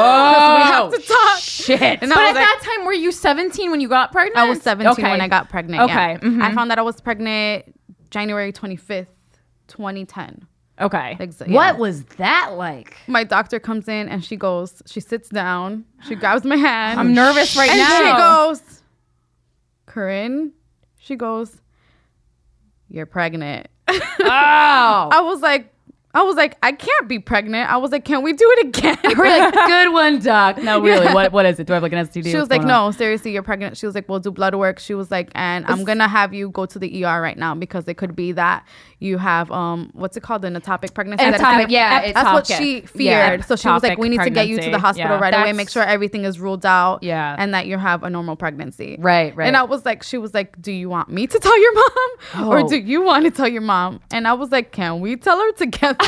G: we have to talk."
C: shit.
G: And
D: but
G: I
D: at
G: was like,
D: that time, were you 17 when you got pregnant?
G: I was 17
D: Okay. Mm-hmm.
G: when I got pregnant. yeah.
D: Okay, mhm.
G: I found that I was pregnant January 25th, 2010.
D: Okay.
G: Like, so- yeah.
C: What was that like?
G: My doctor comes in and she goes, she sits down, she grabs my hand.
D: I'm nervous right
G: and
D: now.
G: she goes, Corinne, she goes, you're pregnant.
D: oh.
G: I was like, I was like, I can't be pregnant. I was like, can we do it again?
C: We're like, good one, doc. No, really, what what is it? Do I have like an STD?
G: She was like, no, seriously, you're pregnant. She was like, we'll do blood work. She was like, and I'm gonna have you go to the ER right now because it could be that you have um, what's it called, an atopic pregnancy. That's-
C: Atopic, yeah, it's
G: that's what
D: atopic.
G: she
D: Yeah,
G: feared. so she was
D: ectopic
G: like, we need to get you to the
D: pregnancy.
G: hospital
D: Yeah,
G: right away,
D: that's-
G: make sure everything is ruled out,
D: Yeah.
G: and that you have a normal pregnancy.
C: Right, right.
G: And I was like, she was like, do you want me to tell your mom, or
C: Oh.
G: do you want to tell your mom? And I was like, can we tell her together?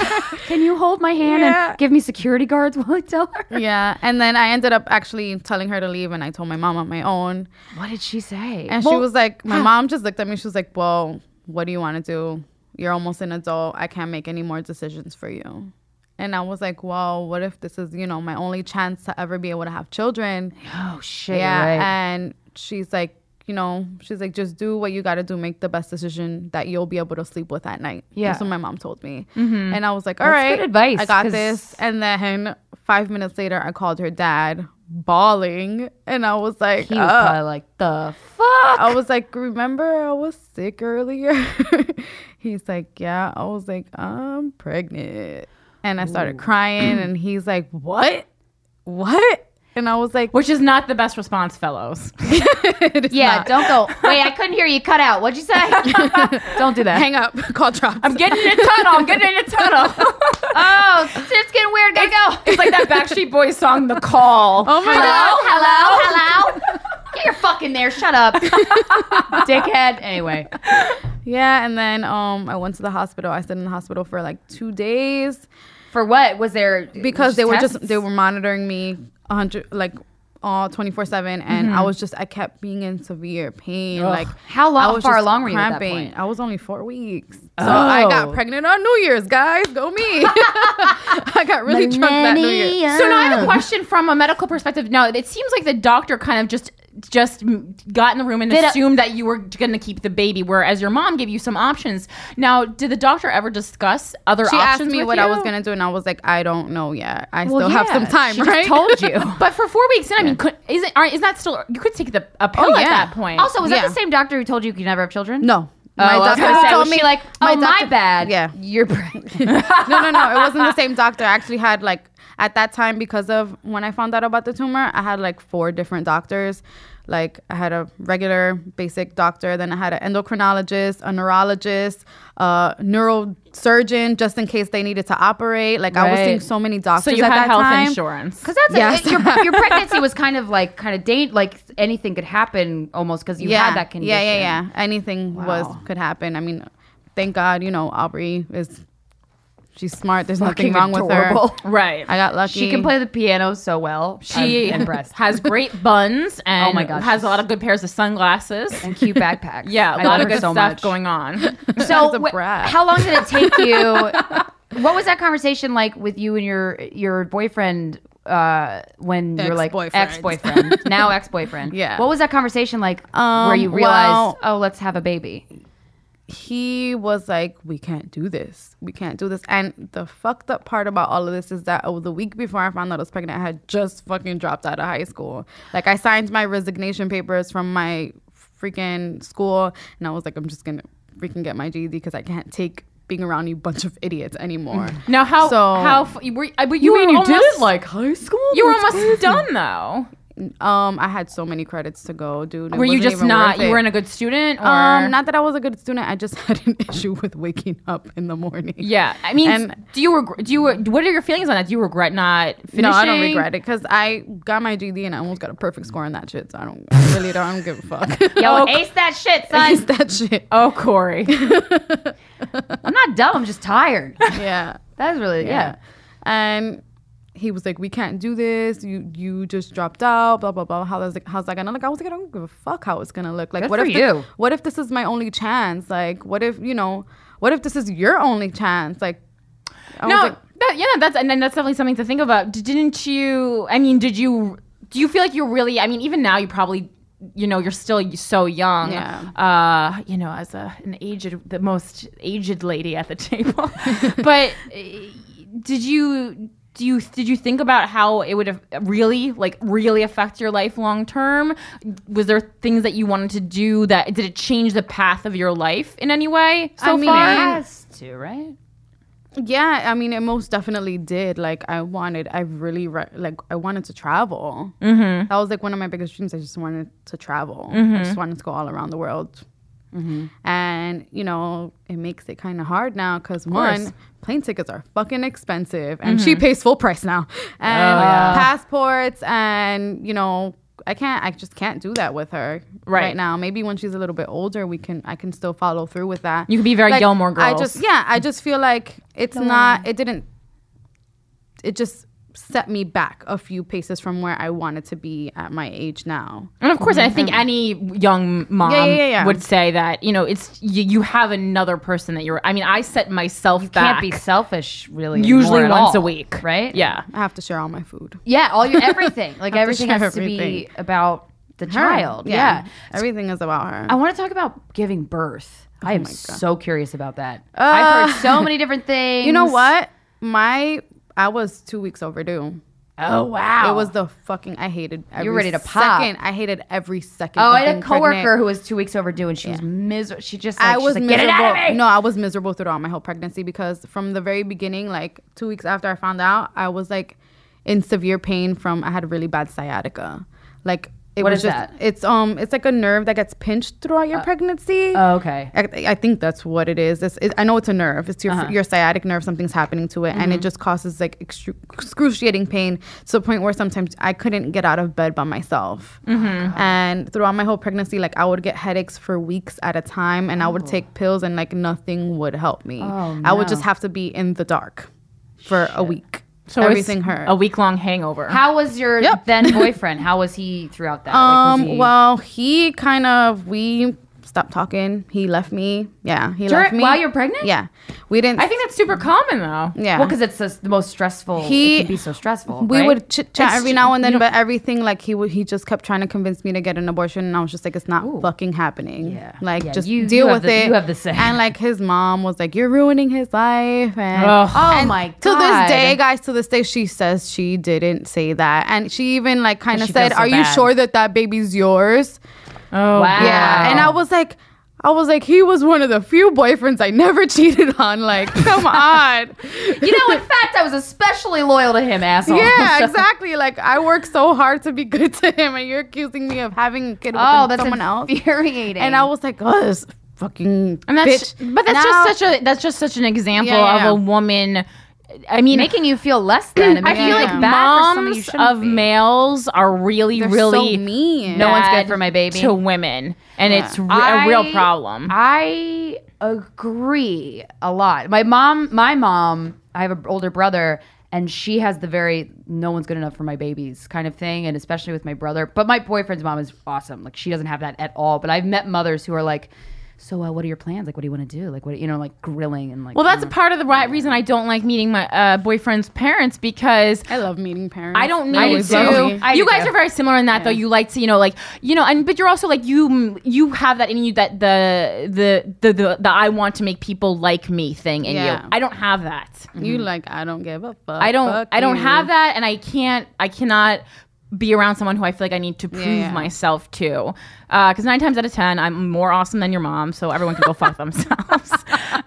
C: Can you hold my hand
G: Yeah.
C: and give me security guards while I tell her?
G: yeah. And then I ended up actually telling her to leave, and I told my mom on my own.
C: What did she say?
G: And she was like, my mom just looked at me. She was like, well, what do you want to do? You're almost an adult. I can't make any more decisions for you. And I was like, well, what if this is, you know, my only chance to ever be able to have children?
C: oh shit,
G: yeah.
C: you're right.
G: And she's like, you know, she's like, just do what you got to do. Make the best decision that you'll be able to sleep with at night.
C: Yeah. Mm-hmm.
G: That's what my mom told me. And I was like, all right,
C: That's good advice,
G: I got
C: 'cause-
G: this. And then five minutes later, I called her dad, bawling. And I was like,
C: he was
G: "Uh,
C: probably like, the fuck.
G: I was like, remember I was sick earlier? he's like, yeah. I was like, I'm pregnant. And I started crying and he's like, what? What? And I was like,
D: Which is not the best response, fellows.
G: it is
C: Yeah,
G: not.
C: don't go. Wait, I couldn't hear you. Cut out. What'd you say? don't do that.
G: hang up, call drops.
D: I'm getting in a tunnel. I'm getting in a tunnel.
C: Oh, shit's getting weird. Gotta go.
D: it's like that Backstreet Boys song, The Call.
G: oh my
C: Hello,
G: God.
C: hello, hello. Get your fucking there. Shut up, dickhead. Anyway,
G: Yeah. And then um, I went to the hospital. I stayed in the hospital for like two days
C: for what was there?
G: because they were just,
C: tests?
G: they were monitoring me 100, like all 24 7. And I was just, I kept being in severe pain. Like,
C: Mm-hmm. How
G: I
C: long?
G: was
C: Far
G: just
C: along were you at that
G: cramping.
C: point? Oh.
G: I was only four weeks. So I got pregnant on New Year's, guys. Go me. I got really drunk that New Year's.
D: So now I have a question from a medical perspective. Now it seems like the doctor kind of just just m- got in the room and
C: Did a-
D: assumed that you were going to keep the baby, whereas your mom gave you some options. Now, did the doctor ever discuss other
G: She asked
D: options?
G: me
D: with
G: what I
D: you?
G: was gonna do, and I was like, I don't know yet. I
C: Well,
G: still have
C: yeah,
G: some time,
C: she just
G: right?
C: told you.
D: But for four weeks, and I mean, could, isn't aren't, isn't that still? You could take the a pill at
G: yeah.
D: that point.
C: Oh, Also, was that
G: Yeah.
C: the same doctor who told you you could never have children?
G: no,
C: Oh, my doctor told me like, oh, my,
G: doctor-
C: bad.
G: Yeah.
C: you're pregnant.
G: no, no, no. It wasn't the same doctor. I actually had like at that time because of when I found out about the tumor, I had like four different doctors. Like I had a regular basic doctor, then I had an endocrinologist, a neurologist, a neurosurgeon, just in case they needed to operate. Like I was
D: Right.
G: seeing so many doctors.
D: so you
G: at
D: had
G: that
D: health
G: time.
D: insurance.
C: Because that's
G: Yes.
C: a, your, your pregnancy was kind of like kind of date like anything could happen almost because you had that condition.
G: Yeah, yeah, yeah. Anything
C: Wow.
G: was could happen. I mean, thank God, you know, Aubrey is she's smart. There's
C: Fucking
G: nothing wrong with
C: adorable.
G: her.
D: Right.
G: I got lucky.
C: She can play the piano so well.
D: she
C: I'm impressed.
D: has great buns and
C: Oh my gosh,
D: has a
C: she's-
D: lot of good pairs of sunglasses.
C: and cute backpack.
D: Yeah, a lot
C: I love
D: of
C: her
D: good
C: so
D: stuff
C: much.
D: going on.
C: So,
G: She's a
C: wh-
G: brat.
C: how long did it take you? what was that conversation like with you and your your boyfriend? Uh, when you're like
G: Ex-boyfriend.
C: ex-boyfriend, now ex-boyfriend.
G: Yeah.
C: What was that conversation like
G: Um,
C: where you realized,
G: well-
C: oh, let's have a baby?
G: he was like, "We can't do this. We can't do this." And the fucked up part about all of this is that oh, the week before I found out I was pregnant, I had just fucking dropped out of high school. Like I signed my resignation papers from my freaking school, and I was like, "I'm just gonna freaking get my GED because I can't take being around you bunch of idiots anymore."
D: Now, how
G: So-
D: how f- you were? But you, were almost,
G: high school?
D: you were almost done though.
G: um, I had so many credits to go, dude. It
D: Were you
G: wasn't
D: just
G: even
D: not?
G: worth
D: You
G: it.
D: weren't a good student, or
G: Um, not that I was a good student. I just had an issue with waking up in the morning.
D: Yeah, I mean,
G: And-
D: do you regret? Do you? What are your feelings on that? Do you regret not finishing?
G: No, I don't regret it because I got my GD and I almost got a perfect score on that shit. So I don't I really don't, I don't give a fuck.
C: Yo, ace that shit,
G: It's
C: son.
G: Oh, that shit.
D: Oh, Corey.
C: Oh. I'm not dumb. I'm just tired.
G: Yeah,
C: That's really yeah.
G: yeah. And he was like, "We can't do this. You you just dropped out. Blah blah blah. How is it, how's that gonna look?" I was like, "I don't give a fuck how it's gonna look. Like,
C: Good
G: what
C: for
G: if
C: you.
G: This, what if this is my only chance? Like, what if you know? What if this is your only chance? Like, I
D: no,
G: was like,
D: that, yeah, that's and then that's definitely something to think about. D- Didn't you? I mean, did you? Do you feel like you really? I mean, even now you probably you know, you're still so young.
G: Yeah.
D: Uh, you know, as a an aged, the most aged lady at the table. but eh, did you? Do you did you think about how it would have really like really affect your life long term? Was there things that you wanted to do that did it change the path of your life in any way so
G: mean,
D: far?
G: I-
C: Has to, right?
G: Yeah, I mean, it most definitely did. Like, I wanted, I really, re- like, I wanted to travel. Mm-hmm. That was like one of my biggest dreams. I just wanted to travel. I just wanted to go all around the world. Mm-hmm. And, you know, it makes it kind of Mm-hmm. hard now because one, plane tickets are fucking expensive and she pays full price now. And passports and, you know, I can't, I just can't do that with her right.
D: Right.
G: now. Maybe when she's a little bit older, we can, I can still follow through with that.
D: You could be very
G: Like,
D: Gilmore
G: I
D: Girls.
G: just yeah, I just feel like it's not. It didn't. It just set me back a few paces from where I wanted to be at my age now.
D: And of course, I think any young mom
G: Mm-hmm. Yeah, yeah, yeah, yeah.
D: would say that you know it's you, you have another person that you're. I mean, I set myself
C: Can't
D: back.
C: be selfish, really.
D: Usually
C: anymore at
D: once
C: all,
D: a week.
C: right?
D: yeah,
G: I have to share all my food.
C: yeah. All your everything, like everything
G: share
C: has to be
G: everything.
C: about the child. Yeah.
G: everything is about her.
C: I want to talk about giving birth. I
G: Oh
C: am so curious about that. I've heard so many different things.
G: Ah. you know what? My I was two weeks overdue.
C: Oh wow!
G: It was the fucking I hated. Every
C: ready to pop.
G: Second, I hated every second.
C: Oh,
G: of
C: I had a
G: being
C: coworker
G: pregnant.
C: who was two weeks overdue, and she was miserable. She just like,
G: I was
C: like,
G: miserable.
C: Get it out of me!
G: No, I was miserable throughout my whole pregnancy because from the very beginning, like two weeks after I found out, I was like in severe pain from I had a really bad sciatica. Like it
C: What
G: was
C: is
G: just
C: that?
G: it's um it's like a nerve that gets pinched throughout your pregnancy.
C: Oh, okay.
G: I, I think that's what it is. It's, it, I know it's a nerve. It's your
C: Uh-huh.
G: your sciatic nerve. Something's happening to it, and
C: Mm-hmm.
G: it just causes like extru- excruciating pain to the point where sometimes I couldn't get out of bed by myself.
C: Mm-hmm.
G: And throughout my whole pregnancy, like I would get headaches for weeks at a time, and I
C: Oh.
G: would take pills, and like nothing would help me. I would just have to be in the dark for a week. So
D: it's
G: everything hurt.
D: A week long hangover.
C: How was your then boyfriend? How was he throughout that? Like, was
G: Um.
C: he-
G: Well, he kind of we stopped talking. He left me. Yeah. He
C: During-
G: left me
C: while you're pregnant?
G: Yeah. We didn't.
D: I think that's super common though.
G: Yeah.
C: Well, because it's the- the most stressful. it
G: He-
C: can be so stressful.
G: we
C: right?
G: would chit chat every now and then, but everything like he would, he just kept trying to convince me to get an abortion, and I was just like, it's not fucking happening.
C: Yeah.
G: Like
C: Yeah,
G: just
C: you-
G: deal
C: you have
G: with
C: the-
G: it.
C: you have the say.
G: And like his mom was like, you're ruining his life. And
D: Ugh.
C: Oh my god!
G: to this day, guys, to this day, she says she didn't say that, and she even like kind of
C: she feels
G: said,
C: so
G: "Are you
C: bad.
G: sure that that baby's yours?"
D: Oh
C: Wow.
G: Yeah, and I was like, I was like, he was one of the few boyfriends I never cheated on. Like, come on.
C: you know, in fact, I was especially loyal to him, asshole. Oh,
G: Yeah, exactly. Like I worked so hard to be good to him, and you're accusing me of having a kid with
C: Oh, that's
G: someone else.
C: infuriating.
G: And I was like, oh, this fucking
D: And that's
G: bitch.
D: but that's
G: Now-
D: just such a that's just such an example
G: Yeah, yeah, yeah.
D: of a woman. I mean,
C: making you feel less than. and
D: I
C: making
D: feel
C: you
D: like
C: feel bad for something you
D: moms
C: shouldn't
D: of
C: be.
D: males are really
G: They're
D: really
G: so mean.
C: No one's good
D: bad
C: for my baby.
D: to women, and it's re- a
C: I-
D: real problem.
C: I agree a lot. My mom, my mom, I have an older brother, and she has the very no one's good enough for my babies kind of thing, and especially with my brother. But my boyfriend's mom is awesome. Like she doesn't have that at all. But I've met mothers who are like, so uh, what are your plans? Like what do you want to do? Like what you know, like grilling and like.
D: well, that's a part of the right reason I don't like meeting my uh, boyfriend's parents because
G: I love meeting parents.
D: I don't need
G: I
D: to.
G: do.
C: I
D: you
C: do
D: guys
C: too.
D: are very similar in that, though. You like to, you know, like you know, and but you're also like you you have that in you that the the the the, the I want to make people like me thing in
G: Yeah.
D: you. I don't have that.
G: You like I don't give a fuck.
D: I don't
G: Fuck
D: I don't
G: you.
D: have that, and I can't I cannot be around someone who I feel like I need to prove
G: yeah.
D: myself to. Because nine times out of ten, I'm more awesome than your mom, so everyone can go fuck themselves.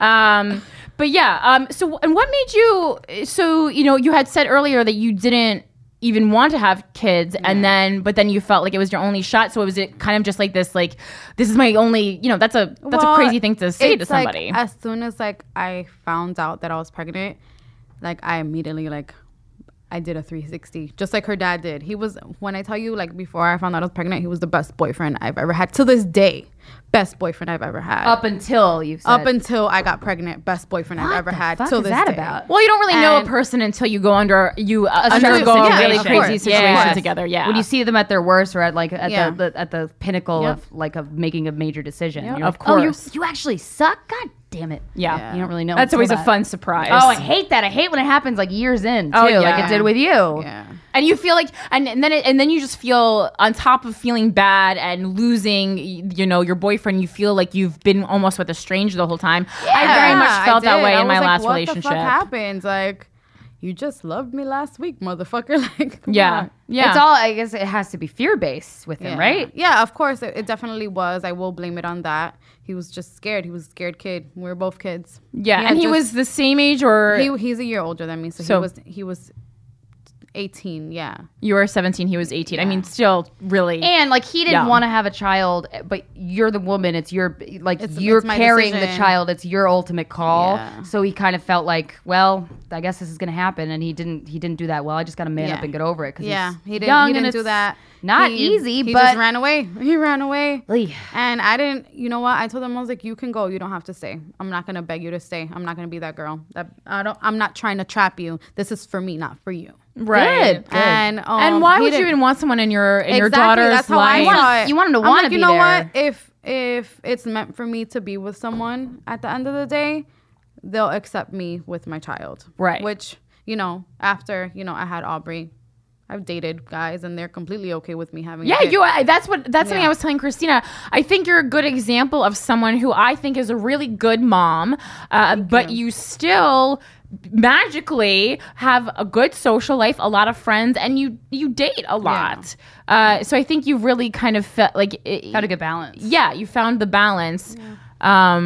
D: Um, but yeah, um, so and what made you? So you know, you had said earlier that you didn't even want to have kids and then but then you felt like it was your only shot so it was it kind of just like this like this is my only you know that's a that's
G: Well,
D: a crazy thing to say to
G: it's like,
D: somebody
G: as soon as like I found out that I was pregnant, like I immediately like I did a 360, just like her dad did. He was when I tell you like before I found out I was pregnant, he was the best boyfriend I've ever had to this day. Best boyfriend I've ever had.
C: up until you've said,
G: Up until I got pregnant, best boyfriend I've ever
C: the
G: had.
C: fuck
G: till
C: is
G: this
C: that
G: day.
C: about?
D: Well, you don't really know a
G: And-
D: person until you go under you uh,
G: Under-
D: undergo a
G: yeah,
D: really
G: of
D: crazy
G: course.
D: situation
G: Yes.
D: together. Yeah,
C: when you see them at their worst or at like at
G: Yeah.
C: the, the at the pinnacle
G: Yep.
C: of like of making a major decision.
D: Of
C: like, oh, you-
D: course.
C: you actually suck. God damn it.
D: Yeah.
C: You don't really know.
D: That's
C: until
D: always a
C: that.
D: fun surprise.
C: Oh, I hate that. I hate when it happens like years in too,
D: Oh, yeah.
C: like it did with you.
G: Yeah.
D: and you feel like, and, and then it, and then you just feel on top of feeling bad and losing, y- you know, your boyfriend. You feel like you've been almost with a stranger the whole time. I very
G: Yeah,
D: much
G: I
D: felt that
G: did.
D: way
G: I
D: in my
G: was like,
D: last
G: what
D: relationship.
G: the fuck happened? Like, you just loved me last week, motherfucker. Like, come
D: yeah,
G: on.
D: yeah.
C: It's all. I guess it has to be fear based with him,
G: Yeah.
C: right?
G: Yeah, of course. It, it definitely was. I will blame it on that. He was just scared. He was a scared kid. We were both kids.
D: yeah.
G: had
D: and he
G: just-
D: was the same age, or
G: He, he's a year older than me, so,
D: So-
G: he was he was eighteen. Yeah,
D: you were seventeen, he was eighteen. I mean, still really.
C: And like he didn't
D: Yeah.
C: want to have a child, but you're the woman. It's your like
G: It's-
C: you're
G: it's my
C: carrying the
G: decision.
C: child. It's your ultimate call.
G: Yeah.
C: So he kind of felt like, well, I guess this is gonna happen, and he didn't. He didn't do that well. I just gotta man
G: Yeah.
C: up and get over it. Cause
G: yeah.
C: he's
G: He didn't.
C: young
G: He
C: and
G: didn't do
C: it's
G: that.
C: Not
G: He-
C: easy,
G: He
C: but
G: just ran away. He ran away.
C: Lee.
G: And I didn't. You know what? I told him I was like, you can go. You don't have to stay. I'm not gonna beg you to stay. I'm not gonna be that girl. That I don't. I'm not trying to trap you. This is for me, not for you.
D: right.
C: Good.
G: And um,
D: and why
G: he
D: would you
G: didn't-
D: even want someone in your in your
G: Exactly,
D: daughter's
G: that's how
D: life?
G: I saw it.
C: You want 'em to
G: I'm
C: wanna
G: like, You
C: be
G: know
C: there.
G: what? If if it's meant for me to be with someone at the end of the day, they'll accept me with my child.
D: Right.
G: Which you know, after you know, I had Aubrey. I've dated guys, and they're completely okay with me having. a
D: Yeah,
G: kid.
D: you. I- That's what. That's something I was telling Christina. I think you're a good example of someone who I think is a really good mom, uh, but you. still magically have a good social life, a lot of friends, and you you date a lot. Uh, so I think you really kind of felt like it,
C: Got a good balance.
D: Yeah, you found the balance. Um,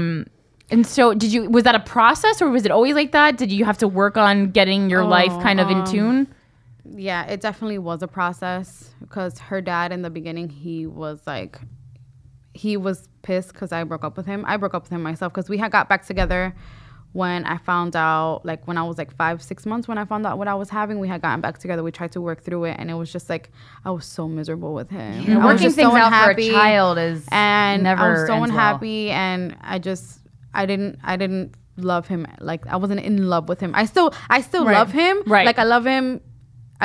D: and so did you? Was that a process, or was it always like that? Did you have to work on getting your life kind
C: Oh,
D: of
C: um,
D: in tune?
G: Yeah, it definitely was a process because her dad in the beginning he was like he was pissed because I broke up with him. I broke up with him myself because we had got back together when I found out, like when I was like five, six months, when I found out what I was having, we had gotten back together. We tried to work through it, and it was just like I was so miserable with him. I was
C: Working
G: just
C: things out
G: unhappy
C: for a child is
G: and
C: never
G: I was so
C: ends well.
G: unhappy, and I just I didn't I didn't love him like I wasn't in love with him. I still I still love him.
D: Right.
G: Like I love him.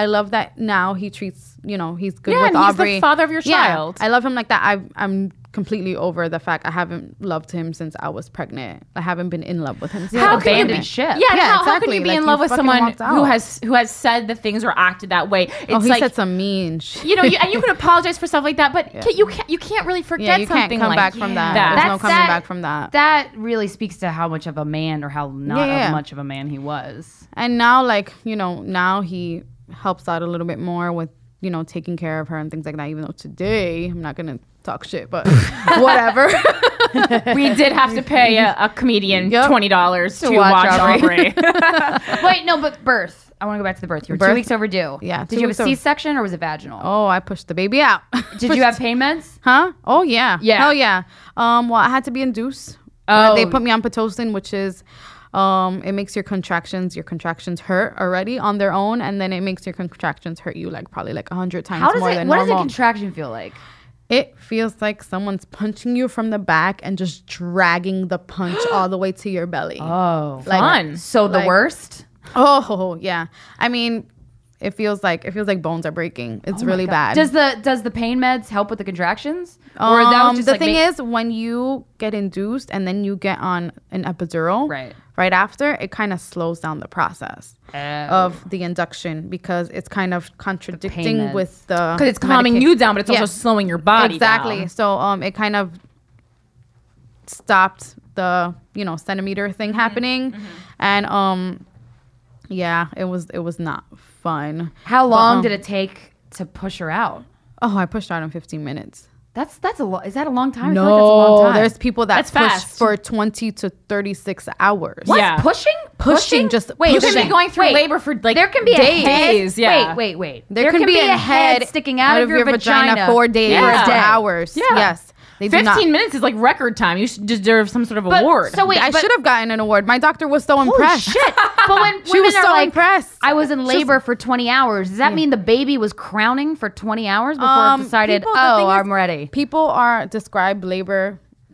G: I love that now he treats you know he's good
D: Yeah,
G: with
D: and he's the
G: Aubrey.
D: father of your
G: Yeah,
D: child.
G: I love him like that. I I'm completely over the fact I haven't loved him since I was pregnant. I haven't been in love with him. Since I
D: How
G: was
D: can you
G: pregnant.
C: be- ship.
D: Yeah,
G: Yeah,
D: how, how can
G: exactly.
D: you be
G: Like,
D: in
G: you
D: love with
G: fucking
D: someone
G: walked
D: who
G: out.
D: has who has said the things or acted that way? It's
G: Oh, he
D: like
G: said some mean shit.
D: you know, you, and you can apologize for stuff like that, but can, you can't you can't really forget
G: Yeah, you can't
D: something
G: come
D: like
G: back from that.
D: that.
G: There's no
C: That's
G: coming
C: that-
G: back from that.
C: That really speaks to how much of a man or how not
G: Yeah, yeah.
C: much of a man he was.
G: and now like you know now he helps out a little bit more with you know taking care of her and things like that even though today i'm not gonna talk shit but whatever
D: we did have to pay a, a comedian
G: Yep.
D: twenty dollars to,
G: watch
D: watch, Aubrey.
C: Wait, no, but birth. I want to go back to the birth. You were two
G: Birth?
C: weeks overdue.
G: Yeah,
C: Did
G: two
C: you have
G: weeks
C: a
G: over-
C: C section or was it vaginal?
G: oh i pushed the baby out
C: Did you have pain meds?
G: huh oh yeah
C: Yeah.
G: oh yeah um well i had to be induced
D: Oh.
G: oh they put me on pitocin which is um it makes your contractions your contractions hurt already on their own and then it makes your contractions hurt you like probably like 100 times
C: How does
G: more
C: it?
G: than
C: What does a
G: normal
C: contraction feel like?
G: It feels like someone's punching you from the back and just dragging the punch all the way to your belly.
C: Oh,
G: like,
D: Fun.
C: so the
G: like-
C: worst.
G: Oh, yeah. I mean, it feels like it feels like bones are breaking. It's really bad.
C: Oh Does the does the pain meds help with the contractions? Or that was
G: Um,
C: just
G: the
C: like
G: thing
C: ma-
G: is, when you get induced and then you get on an epidural,
C: Right.
G: right after, it kind of slows down the process
C: Eh.
G: of the induction because it's kind of contradicting
C: meds.
G: with the
D: Because it's calming
G: medica-
D: you down, but it's
G: Yeah.
D: also slowing your body
G: exactly
D: down.
G: so um it kind of stopped the you know centimeter thing
C: Mm-hmm.
G: happening and um yeah it was it was not fun
C: how long
G: um,
C: did it take to push her out?
G: oh i pushed out in 15 minutes
C: That's that's a lo- is that a long time? I feel like that's a long time.
G: there's people that
D: That's
G: push
D: fast.
G: for 20 to 36 hours
C: What?
D: Yeah.
C: Pushing?
G: Pushing, just
C: wait.
G: You
D: can be
C: pushing.
D: going through labor for, like,
C: there can be
D: days.
C: a head.
D: Yeah.
C: Wait, wait, wait.
G: there, can, be, a head,
C: sticking out, of your, vagina,
G: four days
D: Yeah.
G: or
D: For a day.
G: hours
D: Yeah.
G: yes they do not
D: Fifteen minutes is like record time. You should deserve some sort of
C: But-
D: award.
C: So wait,
G: i
C: but-
G: should have gotten an award my doctor was so
C: Holy
G: impressed
C: shit! But when
G: She
C: women
G: was
C: are
G: so
C: like,
G: impressed.
C: I was in labor for 20 hours. Does that mean the baby was crowning for 20 hours before
G: Um,
C: it decided,
G: people- the
C: oh,
G: thing is,
C: I'm ready?
G: People are describe labor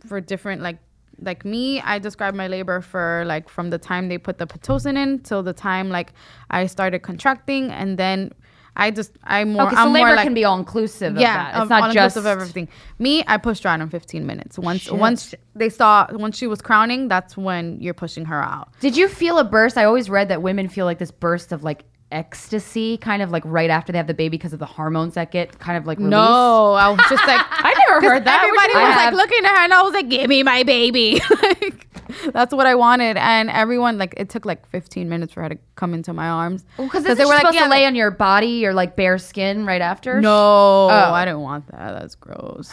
G: for different like like me, I describe my labor for like from the time they put the pitocin in till the time like I started contracting and then I just I'm more.
C: Okay, so
G: I'm more
C: labor
G: like-
C: can be all inclusive.
G: yeah,
C: of that.
G: of-
C: it's not
G: all
C: just
G: inclusive of everything. Me, I pushed her out in 15 minutes. Once once they saw once she was crowning, that's when you're pushing her out.
C: Did you feel a burst? I always read that women feel like this burst of like ecstasy, kind of like right after they have the baby because of the hormones that get kind of like released.
G: No, I was just like
D: I never heard that. What
G: Everybody
D: do you
C: I
G: was
D: mean?
G: like
C: have-
G: looking at her, and I was like, "Give me my baby." like, that's what I wanted, and everyone like it took like 15 minutes for her to come into my arms
C: because they were supposed to lay on your body or like bare skin right after.
G: No,
C: Oh.
G: I don't want that. That's gross.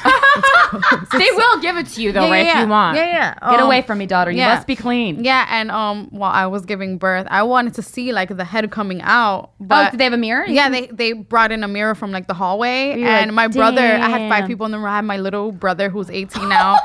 D: they will give it to you though, right? If you want.
G: Yeah, yeah.
C: get
G: Um,
C: away from me, daughter. You
G: yeah.
C: must be clean.
G: Yeah, and um, while I was giving birth, I wanted to see like the head coming out. But
C: Oh, did they have a mirror?
G: Yeah, they they brought in a mirror from like the hallway,
C: You're
G: and
C: like,
G: my brother. I had
C: "Damn."
G: five people in the room. I had my little brother who's 18 now.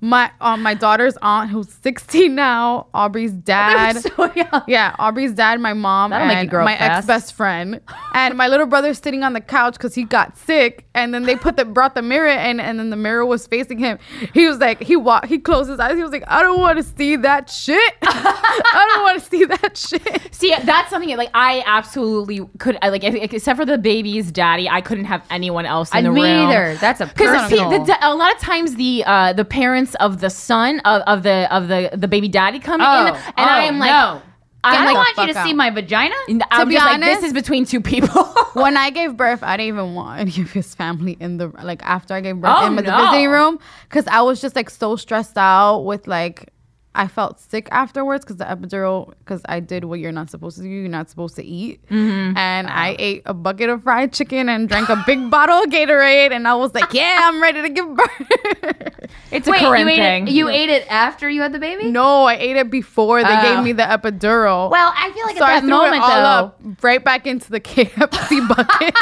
G: My um, my daughter's aunt who's 16 now. Aubrey's dad.
C: so young.
G: Yeah, Aubrey's dad, my mom,
C: That'll make you
G: and
C: grow up
G: my
C: fast.
G: ex best friend, and my little brother sitting on the couch because he got sick. And then they put the brought the mirror in, and then the mirror was facing him. He was like, he walked, he closed his eyes. He was like, I don't want to see that shit. I don't want to see that shit.
D: See, that's something like I absolutely could. I like if- except for the baby's daddy, I couldn't have anyone else in
C: And
D: the
C: me
D: room.
C: either. That's a
D: Because
C: personal.
D: a lot of times the uh, the parents of the son of, of the of the the baby daddy come in,
C: Oh,
D: and I am like, I'm
C: I
D: like,
C: want you to
G: fuck
C: see
G: out.
C: my vagina.
D: I'm
G: be
D: just like,
G: honest-
D: this is between two people.
G: When I gave birth, I didn't even want any of his family in the like after I gave birth
D: Oh,
G: in the
D: no.
G: visiting room because I was just like so stressed out with like. I felt sick afterwards because the epidural, because I did what you're not supposed to do. You're not supposed to eat.
C: Mm-hmm.
G: And I ate a bucket of fried chicken and drank a big bottle of Gatorade. And I was like, yeah, I'm ready to give birth.
D: it's
C: Wait,
D: a Corinne
C: you ate
D: thing.
C: it. You ate it after you had the baby.
G: no, I ate it before they
C: Oh.
G: gave me the epidural.
C: Well, I feel like
G: so I
C: at that
G: threw
C: moment
G: it all
C: though.
G: up right back into the KFC bucket.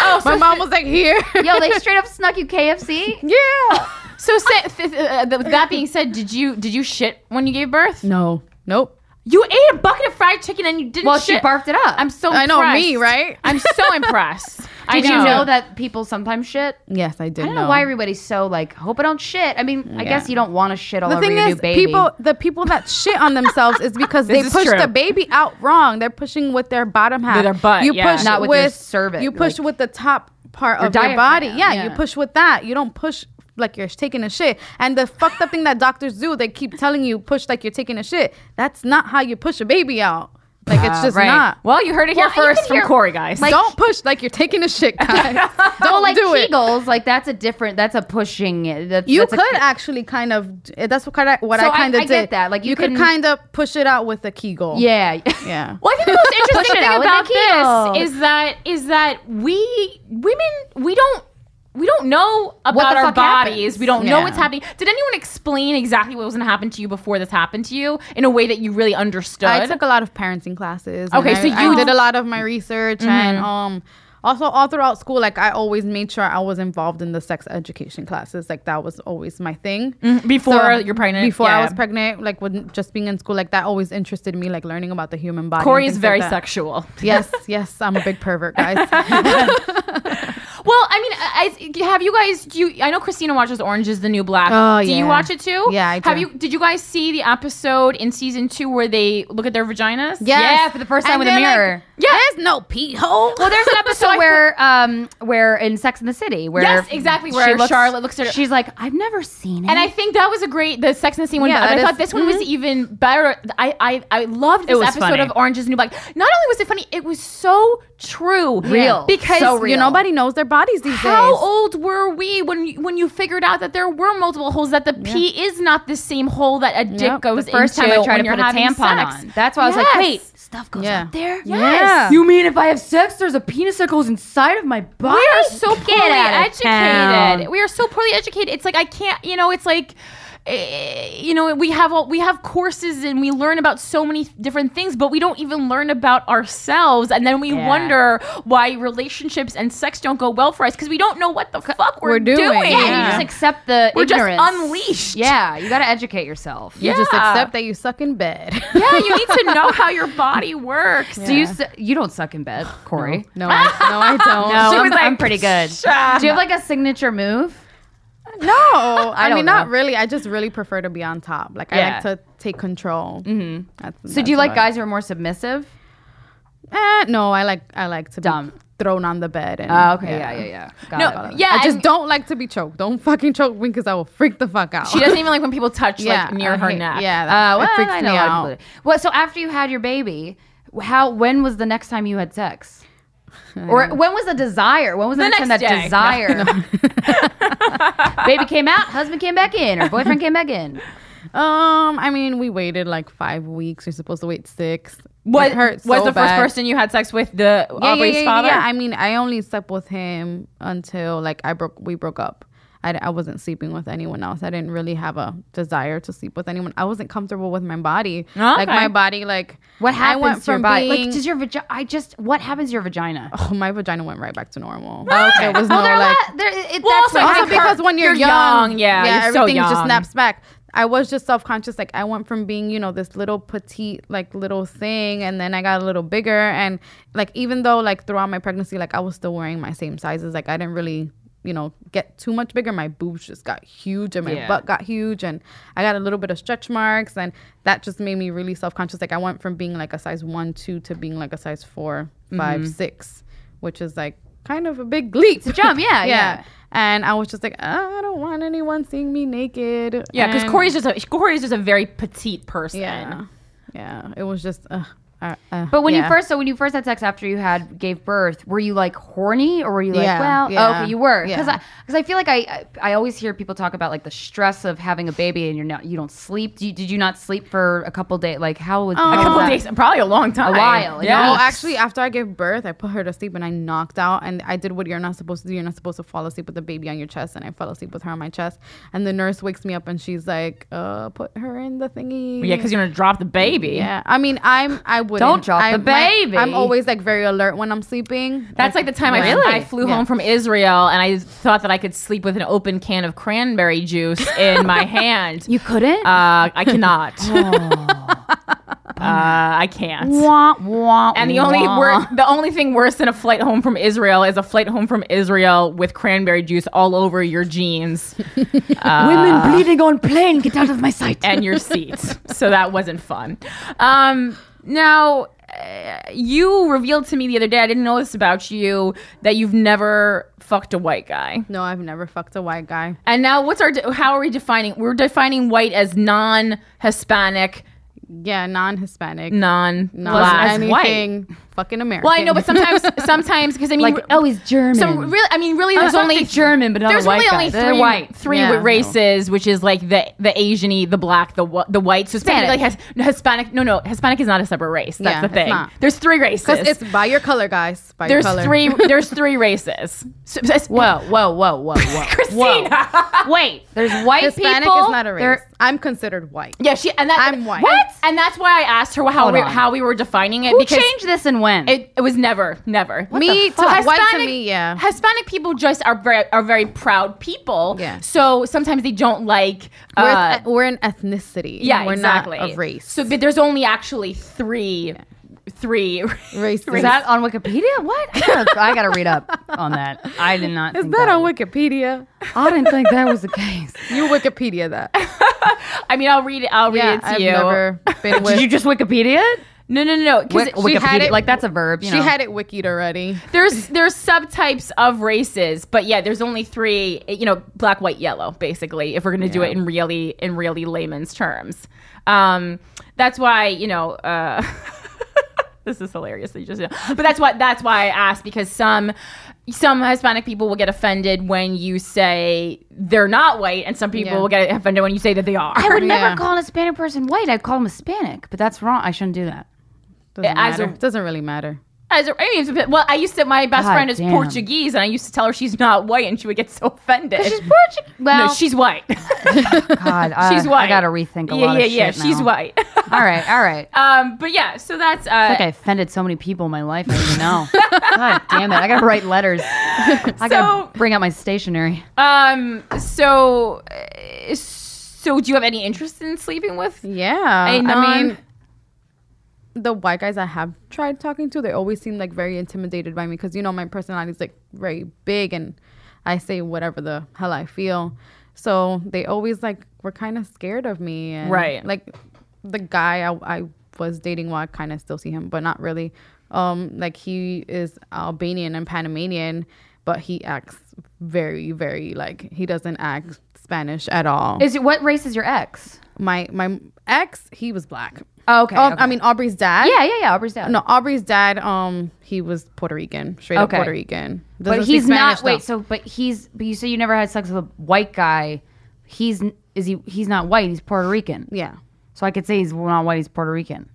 C: Oh,
G: My mom was like, here.
C: Yo, they straight up snuck you KFC.
G: Yeah.
D: so sa- th- th- uh, th- that being said, did you did you shit when you gave birth?
G: No. Nope.
D: You ate a bucket of fried chicken and you didn't.
C: Well, she
D: shit.
C: barfed it up.
D: I'm so.
G: I know, me,
D: impressed.
G: right?
D: I'm so impressed. I
C: Did you know that people sometimes shit?
G: Yes, I did.
C: I don't know why everybody's so like, hope I don't shit. I mean, I guess you don't want to shit all
G: The
C: over
G: thing
C: your
G: is,
C: new baby.
G: people the people that shit on themselves is because they
D: is
G: push
D: true.
G: the baby out wrong. They're pushing with their bottom half.
D: their butt,
G: You
D: yeah.
G: push
C: Not with their cervix,
G: You push
C: like-
G: with the top part of your
C: diaphragm,
G: body. Yeah,
C: yeah.
G: you push with that. You don't push like you're taking a shit. And the fucked up thing that doctors do, they keep telling you push like you're taking a shit. That's not how you push a baby out. Like it's just
D: right.
G: not.
D: Well, you heard it here
C: Uh, Well, you
D: first
C: can
D: from
C: hear-
D: Corey, guys.
G: don't push like you're taking a shit, guys. don't
C: well, like
G: do it.
C: Kegels, like that's a different. That's a pushing. it. That's,
G: You
C: that's a-
G: could actually kind of. eh, That's what kind of what
C: So
G: I
C: I-
G: kind of
C: I
G: did.
C: get that, like, you
G: could
C: can-
G: kind of push it out with a Kegel.
C: yeah.
G: yeah.
D: Well, I think the most
C: Push it
D: interesting thing
C: out with
D: about
C: the keel.
D: this is that is that we women we don't we don't know about
C: the
D: our
C: fuck
D: bodies.
C: happens.
D: We don't know
G: Yeah.
D: what's happening. Did anyone explain exactly what was going to happen to you before this happened to you in a way that you really understood?
G: I took a lot of parenting classes. and
D: Okay,
G: I-
D: so you-
G: I did a lot of my research and um. Also, all throughout school, like I always made sure I was involved in the sex education classes. Like that was always my thing.
D: before you're pregnant,
G: Before
D: yeah.
G: I was pregnant, like when just being in school, like that always interested me, like learning about the human body. and
D: Corey is
G: things
D: very
G: like that.
D: sexual.
G: Yes, yes, I'm a big pervert, guys.
D: Well, I mean, I, I- have you guys? Do you? I know Christina watches Orange Is the New Black.
G: Oh,
D: Do you
G: yeah.
D: watch it too?
G: Yeah, I
D: Have
G: do.
D: you? Did you guys see the episode in season two where they look at their vaginas?
G: Yes.
C: Yeah, for the first time with a
G: they're like,
C: mirror.
D: Yeah.
G: There's no pee hole.
C: Well, there's an episode where, um, where in Sex in the City, where
D: Yes, exactly, where Charlotte looks at her-
C: She's like, I've never seen it.
D: And I think that was a great the sex and the scene one.
G: Yeah,
D: but I
G: that
D: thought
G: is-
D: this one was even better. I I, I loved this
C: was
D: episode
C: funny.
D: of Orange Is the New Black. Not only was it funny, it was so true,
C: Real.
D: because
C: So
G: You
C: real.
G: nobody knows their bodies these
D: How
G: days.
D: old were we when you, when you figured out that there were multiple holes? That the pee is not the same hole that a dick
G: Yep. The
D: goes
C: the first
D: into
C: time I tried
D: when
C: to
D: you're
C: put a
D: having
C: tampon
D: sex.
C: on. That's why I was
D: Yes.
C: like, wait, stuff goes
G: Yeah.
C: up there.
G: Yeah.
C: You mean if I have sex, there's a penis that goes inside of my body?
D: We are so
C: Get
D: poorly
C: out of
D: educated.
C: town.
D: We are so poorly educated. It's like I can't, you know, it's like eh, you know, we have all, we have courses and we learn about so many different things, but we don't even learn about ourselves. And then we wonder why relationships and sex don't go well for us because we don't know what the fuck we're,
G: we're doing,
D: doing.
C: Yeah,
G: Yeah.
C: you just accept the
D: We're just
C: ignorance.
D: unleashed.
C: Yeah, you got to educate yourself.
G: You just
D: Yeah.
G: accept that you suck in bed.
D: Yeah, you need to know how your body works.
C: Do you su- you don't suck in bed, Corey?
G: No, I, no, I don't.
C: No,
D: She
C: I'm,
D: was like,
C: I'm pretty good. Do you have like a signature move?
G: No, I,
C: don't
G: mean not
C: know.
G: really. I just really prefer to be on top. Like I
C: Yeah.
G: like to take control. Mm-hmm. That's,
C: So do you like guys who are more submissive?
G: Eh, no, I like I like to
C: Dumb.
G: Be, thrown on the bed. And,
C: Oh,
D: Ah, okay, yeah, yeah, yeah. Got
G: no,
D: it, got it.
G: yeah.
D: I
G: I just
D: mean-
G: don't like to be choked. Don't fucking choke me because I will freak the fuck out.
D: She doesn't even like when people touch
G: Yeah,
D: like near
G: I
D: her
G: hate-
D: neck.
G: yeah, that-
D: uh,
G: it
D: well,
G: freaks
D: I
G: me
D: know.
G: out.
D: I'd-
C: Well, so after you had your baby, how when was the next time you had sex? Or when was the desire? When was the,
D: The
C: next, time that
D: next day.
C: desire? baby came out, husband came back in, or boyfriend came back in.
G: Um, I mean, we waited like five weeks. You're supposed to wait six.
D: What
G: It hurt
D: was
G: so
D: the
G: bad.
D: first person you had sex with? The
G: Yeah, yeah,
D: Aubrey's
G: yeah, yeah,
D: father.
G: Yeah, I mean, I only slept with him until like I broke. We broke up. I, d- I wasn't sleeping with anyone else. I didn't really have a desire to sleep with anyone. I wasn't comfortable with my body. Like
D: Okay.
G: my body, like
C: What
G: I
C: happens
G: went
C: to your
G: from
C: body?
G: being-
C: like, does your vagina? I just what happens to your vagina?
G: oh, my vagina went right back to normal. Okay, it was
C: Oh,
G: no like
C: there, it,
D: Well,
C: that's
D: also-
C: what I
G: also
D: Like,
G: because when you're,
D: you're young, yeah, you're so
G: everything just
D: young.
G: snaps back. I was just self conscious. Like I went from being, you know, this little petite, like little thing, and then I got a little bigger. And like even though like throughout my pregnancy, like I was still wearing my same sizes. Like I didn't really, you know, get too much bigger. My boobs just got huge, and my
D: Yeah.
G: butt got huge, and I got a little bit of stretch marks, and that just made me really self conscious. Like I went from being like a size one, two to being like a size four,
D: Mm-hmm.
G: five, six, which is like kind of a big leap. It's a
C: jump, yeah, yeah.
G: and I was just like, "Uh, I don't want anyone seeing me naked.
D: Yeah, because
G: And-
D: Corey's just a Corey's just a very petite person.
G: Yeah, yeah. It was just. Uh, uh, uh,
C: But when
G: yeah.
C: you first, so when you first had sex after you had gave birth, were you like horny or were you like,
G: Yeah,
C: well,
G: yeah,
C: oh, okay, you were because
G: yeah.
C: I because I feel like I I always hear people talk about like the stress of having a baby and you're not you don't sleep. Do you, did you not sleep for a couple days? Like how was
D: a
C: how
D: couple
C: was that?
D: days, probably a long time,
C: A while,
D: Yeah,
C: yeah.
G: Well, actually, after I gave birth, I put her to sleep and I knocked out. And I did what you're not supposed to do. You're not supposed to fall asleep with the baby on your chest. And I fell asleep with her on my chest. And the nurse wakes me up and she's like, uh, put her in the thingy.
D: yeah, because you're gonna drop the baby.
G: Yeah. I mean, I'm, I wouldn't.
C: drop
G: I-
C: the
G: my-
C: baby.
G: I'm always like very alert when I'm sleeping.
D: That's like the time I, I flew home from Israel and I thought that I could sleep with an open can of cranberry juice in my hand.
C: you couldn't.
D: Uh, I cannot. Oh. Uh, I can't.
C: Wah, wah,
D: And the only
C: wah.
D: wor- the only thing worse than a flight home from Israel is a flight home from Israel with cranberry juice all over your jeans Uh,
C: women bleeding on plane, get out of my sight.
D: and your seats. so that wasn't fun. Um, now, uh, you revealed to me the other day. I didn't know this about you that you've never fucked a white guy.
G: No, I've never fucked a white guy.
D: And now, what's our? De- how are we defining? We're defining white as non-Hispanic,
G: Yeah, non-Hispanic.
D: non-black,
G: Not anything fucking American.
D: Well, I know, but sometimes, sometimes, because I mean,
C: like oh, he's German.
D: Some really, I mean, really,
C: I was
D: there's
C: gonna
D: only
C: say German, but not a
D: there's
C: white
D: really
C: guy.
D: only
C: They're
D: three
C: white.
D: three
G: Yeah.
D: races, which is like the the Asiany, the black, the wh- the white. So Hispanic, like
C: Spanish.
D: has, no, Hispanic. No, no, Hispanic is not a separate race. That's
G: Yeah,
D: the
G: it's
D: thing.
G: not.
D: There's three races.
G: because it's by your color, guys. By
D: there's
G: your color.
D: three. There's three races. So,
C: whoa, whoa, whoa, whoa, whoa,
D: Christina.
C: Whoa. Wait, there's white
G: Hispanic
C: people.
G: is not a race.
C: There-
G: I'm considered white.
D: Yeah, she and that
G: I'm white.
D: What? And that's why I asked her how
C: Hold
D: we,
C: on.
D: how we were defining it
C: Who
D: because
C: changed this and when?
D: it, it was never never
G: me
C: the
G: to
C: fuck?
G: white to me, yeah.
D: Hispanic people just are very are very proud people.
G: Yeah.
D: So sometimes they don't like.
G: We're,
D: uh,
G: eth- we're an ethnicity.
D: yeah,
G: we're
D: exactly.
G: not of race.
D: So but there's only actually three, three.
G: race
C: Is that on Wikipedia? What? I gotta, I gotta read up on that. I did not.
G: is
C: think
G: that on
C: was-
G: Wikipedia?
C: I didn't think that was the case.
G: You Wikipedia that.
D: I mean, I'll read it. I'll read it to
G: I've
D: you.
G: never been with.
C: Did you just Wikipedia it?
D: No, no, no. Because
C: Wik- Wikipedia,
G: had it-
C: like that's a verb. You
G: she
C: know.
G: had it wikied already.
D: there's there's subtypes of races, but yeah, there's only three. You know, black, white, yellow, basically. If we're gonna do it in really in really layman's terms, um, that's why you know. Uh, this is hilarious. That you just, but that's why that's why I asked because some some Hispanic people will get offended when you say they're not white, and some people
G: Yeah.
D: will get offended when you say that they are.
C: I would
G: Yeah.
C: never call an Hispanic person white. I'd call him Hispanic, but that's wrong. I shouldn't do that.
G: Doesn't
D: As a-
G: matter. doesn't really matter.
D: As a, I mean, it's a bit- well, I used to. My best
C: God
D: friend is
C: damn.
D: Portuguese, and I used to tell her she's not white, and she would get so offended.
C: She's Portuguese. Well,
D: no, she's white.
C: God. I,
D: she's white.
C: Uh, I gotta rethink a
D: yeah,
C: lot
D: yeah,
C: of
D: yeah.
C: shit
D: She's
C: now.
D: white.
C: All right, all right.
D: um, but yeah, so that's. Uh,
C: I feel like I offended so many people in my life. I don't even know. God damn it! I gotta write letters. I
D: So-
C: gotta bring out my stationery.
D: um, so, uh, so do you have any interest in sleeping
C: Uh,
D: with?
G: Yeah.
D: A
G: I
C: um,
G: mean,
D: non-
G: the white guys I have tried talking to, they always seem like very intimidated by me because, you know, my personality is like very big and I say whatever the hell I feel. So they always like were kind of scared of me. And
D: Right.
G: Like the guy I, I was dating, well, I kind of still see him, but not really. um, like he is Albanian and Panamanian, but he acts very, very like he doesn't act Spanish at all.
C: Is it what race is your ex?
G: my my ex, he was black.
C: Oh, okay,
G: Um,
C: okay.
G: I mean Aubrey's dad.
C: Yeah, yeah, yeah. Aubrey's dad.
G: No, Aubrey's dad. Um, he was Puerto Rican, straight
C: Okay.
G: up Puerto Rican.
C: but
G: Doesn't speak
C: he's
G: Spanish,
C: not. Wait, so
G: though.
C: but he's. But you say you never had sex with a white guy. He's n- is he? He's not white. He's Puerto Rican.
G: yeah,
C: So I could say he's not white. He's Puerto Rican.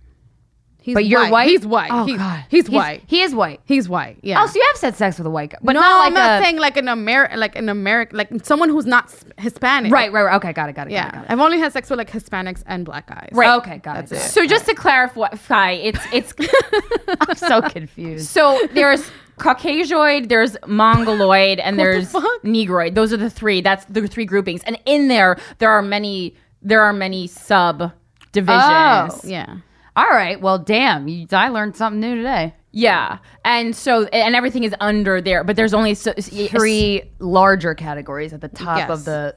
G: he's
C: But you're white.
G: He's white.
C: Oh
G: He-
C: god.
G: he's, white.
C: He is white.
G: he's white. Yeah.
C: Oh, so you have had sex with a white guy, but
G: no,
C: not like
G: I'm not
C: a,
G: saying like an Ameri- like an American, like someone who's not s- Hispanic.
C: Right, right, right. Okay, got it, got it.
G: Yeah,
C: got it, got it.
G: I've only had sex with like Hispanics and black guys.
C: Right. Okay, got it.
G: That's
D: So just to clarify, it's it's
C: I'm so confused.
D: so there's Caucasoid, there's Mongoloid, and there's
G: fuck?
D: Negroid. Those are the three. That's the three groupings. And in there, there are many there are many sub
C: Oh,
D: divisions.
G: Yeah.
C: All right. Well, damn. You, I learned something new today.
D: Yeah, and so and everything is under there, but there's only so,
C: Three larger categories at the top
G: Yes.
C: of the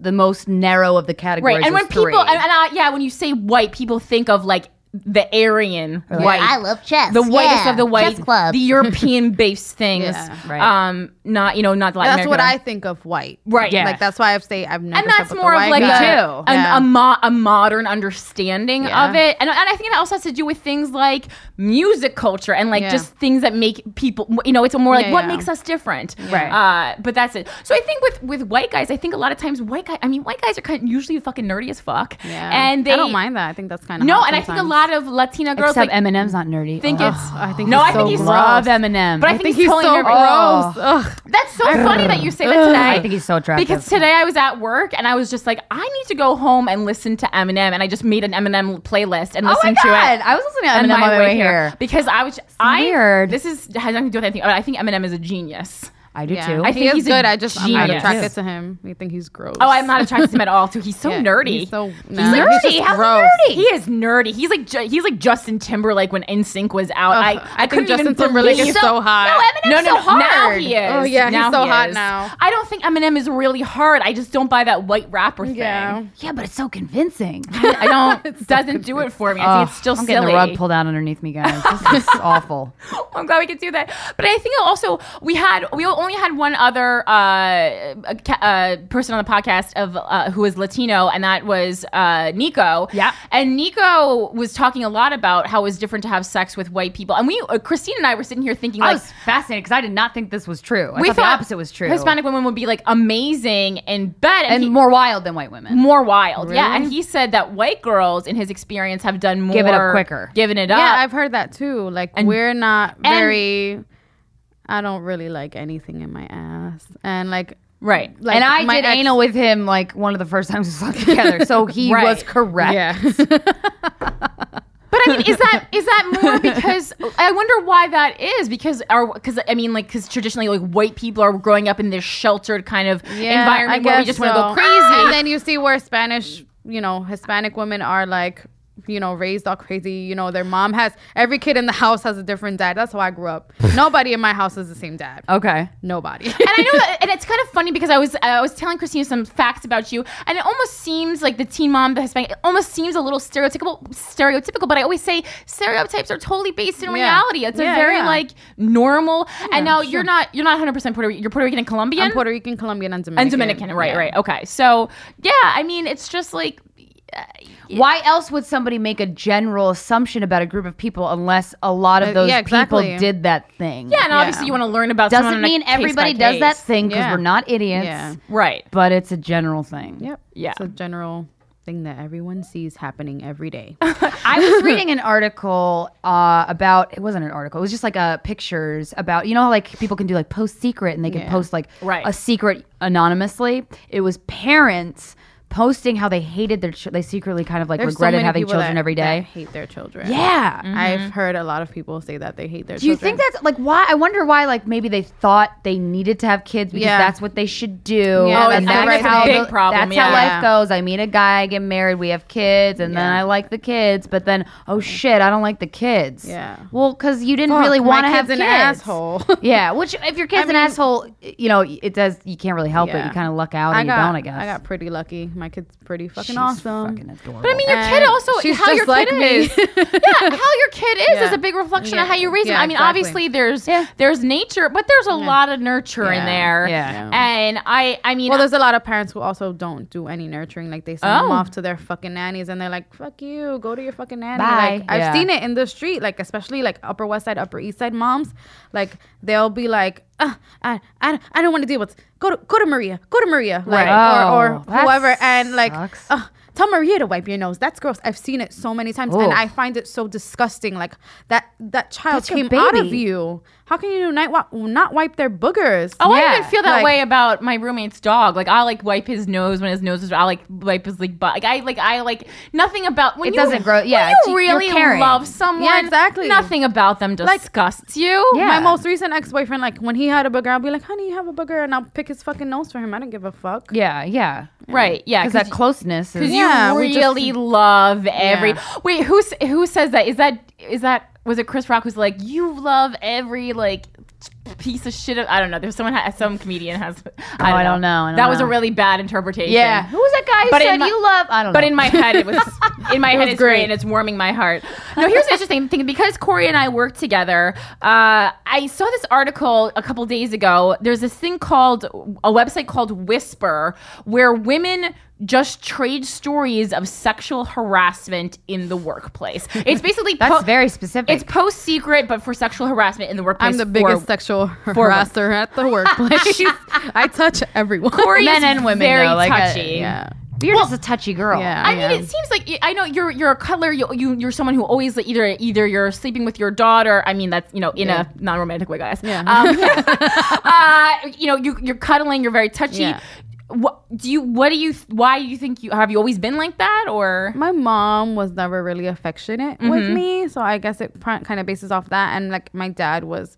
C: the most narrow of the categories.
D: right. And
C: is
D: when people
C: three.
D: and, and I, yeah, when you say white, people think of like the Aryan white.
E: I love chess.
D: the whitest
E: yeah.
D: of the white,
E: Chess club.
D: the European based things,
C: right.
D: um, not you know not Latin
G: That's what I
D: American.
G: think of white.
D: Right.
C: Yeah.
G: Like that's why I say I've never.
D: and
G: slept
D: that's
G: with a
D: more of
G: white
D: like a,
G: guy.
C: too.
D: an-
G: Yeah.
D: a, mo- a modern understanding
G: Yeah.
D: of it, and, and I think that also has to do with things like music culture and like
G: Yeah.
D: just things that make people, you know, it's more like
G: Yeah,
D: what
G: yeah.
D: makes us different,
C: Right.
D: Uh, but that's it. So I think with with white guys, I think a lot of times white guy, I mean, white guys are kind of usually fucking nerdy as fuck,
G: Yeah.
D: and they
G: I don't mind that. I think that's kind of
D: No, and I think a lot of Latina girls
C: Except
D: like,
C: Eminem's not nerdy.
D: think
C: Oh.
D: it's
G: I think
D: no,
G: he's
D: I think
G: so
D: he's
G: gross.
C: love Eminem.
D: But I,
G: I
D: think,
G: think
D: he's,
G: he's
D: totally
G: so
D: nerdy.
G: gross. Ugh.
D: That's so funny that you say that today.
C: I think he's so attractive.
D: Because today I was at work and I was just like, I need to go home and listen to Eminem, and I just made an Eminem playlist and
C: oh my
D: listened to
C: god,
D: it.
C: I was listening to
D: on
C: Eminem on
D: my
C: my way here.
D: because I was I
C: weird.
D: This is has nothing to do with anything. but I think Eminem is a genius.
C: I do
G: Yeah.
C: too.
D: I
G: I
D: think
G: think he
D: he's
G: is
D: a
G: good. I just I'm not
D: genius.
G: attracted to him. I think he's gross.
D: Oh, I'm not attracted to him at all. Too. He's so
G: Yeah,
D: nerdy.
G: He's so
D: He's like
G: nerdy.
D: nerdy. How's he nerdy? He is nerdy. He's like Ju- he's like Justin Timberlake when NSYNC was out. I,
G: Ugh,
D: I,
G: I
D: couldn't
G: think Justin
D: even
G: Timberlake
D: believe-
G: is so hot.
D: No,
C: No,
D: Eminem's
C: no,
D: so hard. Now he is.
G: Oh, yeah, he's
D: Now
G: so
D: he
G: hot
D: is.
G: now.
D: I don't think Eminem is really hard. I just don't buy that white rapper thing.
G: Yeah.
C: yeah, but it's so convincing.
D: I don't. doesn't do it for me. I think it's still
C: I'm
D: silly.
C: getting the rug pulled out underneath me, guys. This is awful.
D: I'm glad we could do that. But I think also we had we only had one other uh, ca- uh, person on the podcast of uh, who was Latino, and that was uh, Nico.
C: Yeah.
D: And Nico was talking a lot about how it was different to have sex with white people, and we uh, Christine and I were sitting here thinking
C: I
D: like.
C: was fascinated because I did not think this was true. I
D: we
C: thought, the opposite was true.
D: Hispanic women would be like amazing in bed and,
C: and
D: he- more,
C: more wild than white
G: Mm,
C: women.
D: wild. Yeah,
G: Really?
D: and he said that white girls, in his experience, have done more,
C: Give it up quicker.
D: given it
G: Yeah,
D: up.
G: I've heard that too. Like we're not very. I don't really like anything in my ass, and like
D: right.
G: like
C: and I
G: my
C: did
G: ex-
C: anal with him like one of the first times we slept together, so he
D: Right.
C: was correct.
G: Yeah,
D: But I mean, is that is that more because I wonder why that is because our because I mean like because traditionally like white people are growing up in this sheltered kind of
G: yeah,
D: environment
G: I
D: where we
G: guess
D: just want to go
G: so.
D: crazy.
G: And then you see where Spanish, you know, Hispanic women are like, you know, raised all crazy. You know, their mom has every kid in the house has a different dad. That's how I grew up. Nobody in my house is the same dad.
C: Okay.
G: Nobody.
D: and I know that, and it's kind of funny because I was I was telling Christina some facts about you, and it almost seems like the teen mom, the Hispanic, it almost seems a little stereotypical, stereotypical. But I always say stereotypes are totally based in
G: Yeah.
D: reality. It's a
G: Yeah,
D: very
G: yeah.
D: like normal. and now you're not you're not 100 percent Puerto Rican. You're Puerto Rican and Colombian
G: I'm Puerto Rican, Colombian, and Dominican.
D: and Dominican. Right,
G: Yeah.
D: right, okay. So yeah, I mean, it's just like
C: Why else would somebody make a general assumption about a group of people unless a lot of
G: Uh,
C: those
G: yeah, exactly.
C: people did that thing?
D: yeah, and obviously
G: Yeah.
D: you want to learn about someone
C: Doesn't
D: on a
C: mean
D: case
C: everybody
D: by
C: does that
D: case.
C: thing because
G: Yeah.
C: we're not idiots,
G: Yeah.
D: Right.
C: but it's a general thing.
G: Yep.
D: Yeah.
G: It's a general thing that everyone sees happening every day.
C: I was reading an article uh, about it wasn't an article. It was just like uh, pictures about you know how, like people can do like post secret and they can post like
D: Right.
C: a secret anonymously. It was parents posting how they hated their ch- they secretly kind of like
G: There's so
C: regretted
G: many
C: having
G: people
C: children
G: that-
C: every day.
G: that Mm-hmm. hate their children.
C: yeah.
G: I've heard a lot of people say that they hate their
C: Do you think that's like why? I wonder why like maybe they thought they needed to have kids because
G: Yeah.
C: that's what they should do.
G: Yeah, that's-
C: and
G: I think
C: that's
G: that's a
C: how
D: big
C: the-
D: problem,
C: That's
D: yeah.
C: how life goes. I meet a guy, I get married, we have kids, and then I like the kids, but then oh shit, I don't like the kids.
G: Yeah.
C: Well, because you didn't really want to have
G: an
C: kids.
G: asshole.
C: yeah. Which if your kid's an
G: mean-
C: asshole, you know it does. You can't really help it.
G: Yeah.
C: You kind of luck out, and
G: I got,
C: you don't. I guess.
G: got pretty lucky. my kid's pretty fucking
C: She's
G: awesome.
C: fucking adorable.
D: But I mean, your kid
G: And
D: also
G: she's
D: how
G: just
D: your
G: like
D: kid
G: me.
D: is. yeah, how your kid is is
G: Yeah.
D: a big reflection of
G: Yeah.
D: how you raise him.
G: Yeah,
D: I mean,
G: exactly.
D: obviously there's there's nature, but there's a lot of nurture in
G: Yeah.
D: there.
C: Yeah.
D: and I I mean,
G: Well, there's a lot of parents who also don't do any nurturing. Like they send
D: Oh.
G: them off to their fucking nannies, and they're like, "Fuck you, go to your fucking nanny."
D: Bye.
G: Like I've
C: Yeah.
G: seen it in the street, like especially like Upper West Side, Upper East Side moms. Like they'll be like, uh, "I, I, I don't want to deal with. Go to go to Maria. Go to Maria. Like
C: Right.
G: or, or
C: Oh, that
G: whoever." And like,
C: sucks.
G: "Ugh, tell Maria to wipe your nose. That's gross. I've seen it so many times,
C: Ooh.
G: and I find it so disgusting. Like that that child
C: That's your
G: came out of
C: baby.
G: you. How can you not wa- not wipe their boogers?
D: Oh, I
C: Yeah,
D: even feel that
G: like-
D: way about my roommate's dog. Like I like wipe his nose when his nose is. I like wipe his like butt. Like I like I like nothing about when
C: It
D: you-
C: doesn't grow- yeah, it's-
D: when
C: you're
D: you really
C: caring.
D: love someone.
G: Yeah, exactly.
D: Nothing about them disgusts you.
C: Yeah.
G: My most recent ex boyfriend, like when he had a booger, I'll be like, honey, you have a booger, and I'll pick his fucking nose for him. I don't give a fuck.
C: yeah, yeah.
D: Right. Yeah.
C: Because that closeness is.
D: Because
G: Yeah,
D: you
G: we just-
D: really love every. Wait, who s- who says that? Is that is that was it Chris Rock who's like you love every like piece of shit? Of, I don't know. There's someone ha- some comedian has. I
C: Oh,
D: don't,
C: I don't know, I don't
D: that was a
C: know.
D: really bad interpretation.
C: yeah. Who was that guy who
D: But in
C: said
D: my-
C: you love? I don't know.
D: But in my head, it was in my head. It's great. and it's warming my heart. No, here's an interesting thing because Corey and I work together. Uh, I saw this article a couple days ago. There's this thing called a website called Whisper, where women just trade stories of sexual harassment in the workplace. It's basically
C: That's
D: po-
C: very specific.
D: It's post secret, but for sexual harassment in the workplace.
G: I'm the
D: for
G: biggest sexual harasser at the workplace. I touch everyone.
D: Corey's
C: Men and women,
D: Very
C: though, like, uh,
D: touchy.
G: yeah.
C: You're just a touchy girl.
G: Yeah.
D: I mean, it seems like I know you're you're a cuddler. You, you you're someone who always like, either either you're sleeping with your daughter. I mean, that's you know in a non romantic way, guys. Yeah. Um, uh, you know, you you're cuddling. You're very touchy.
G: Yeah.
D: What do you? What do you? Why do you think you have you always been like that? Or
G: My mom was never really affectionate with
D: Mm-hmm.
G: me, so I guess it pr- kind of bases off that. And like my dad was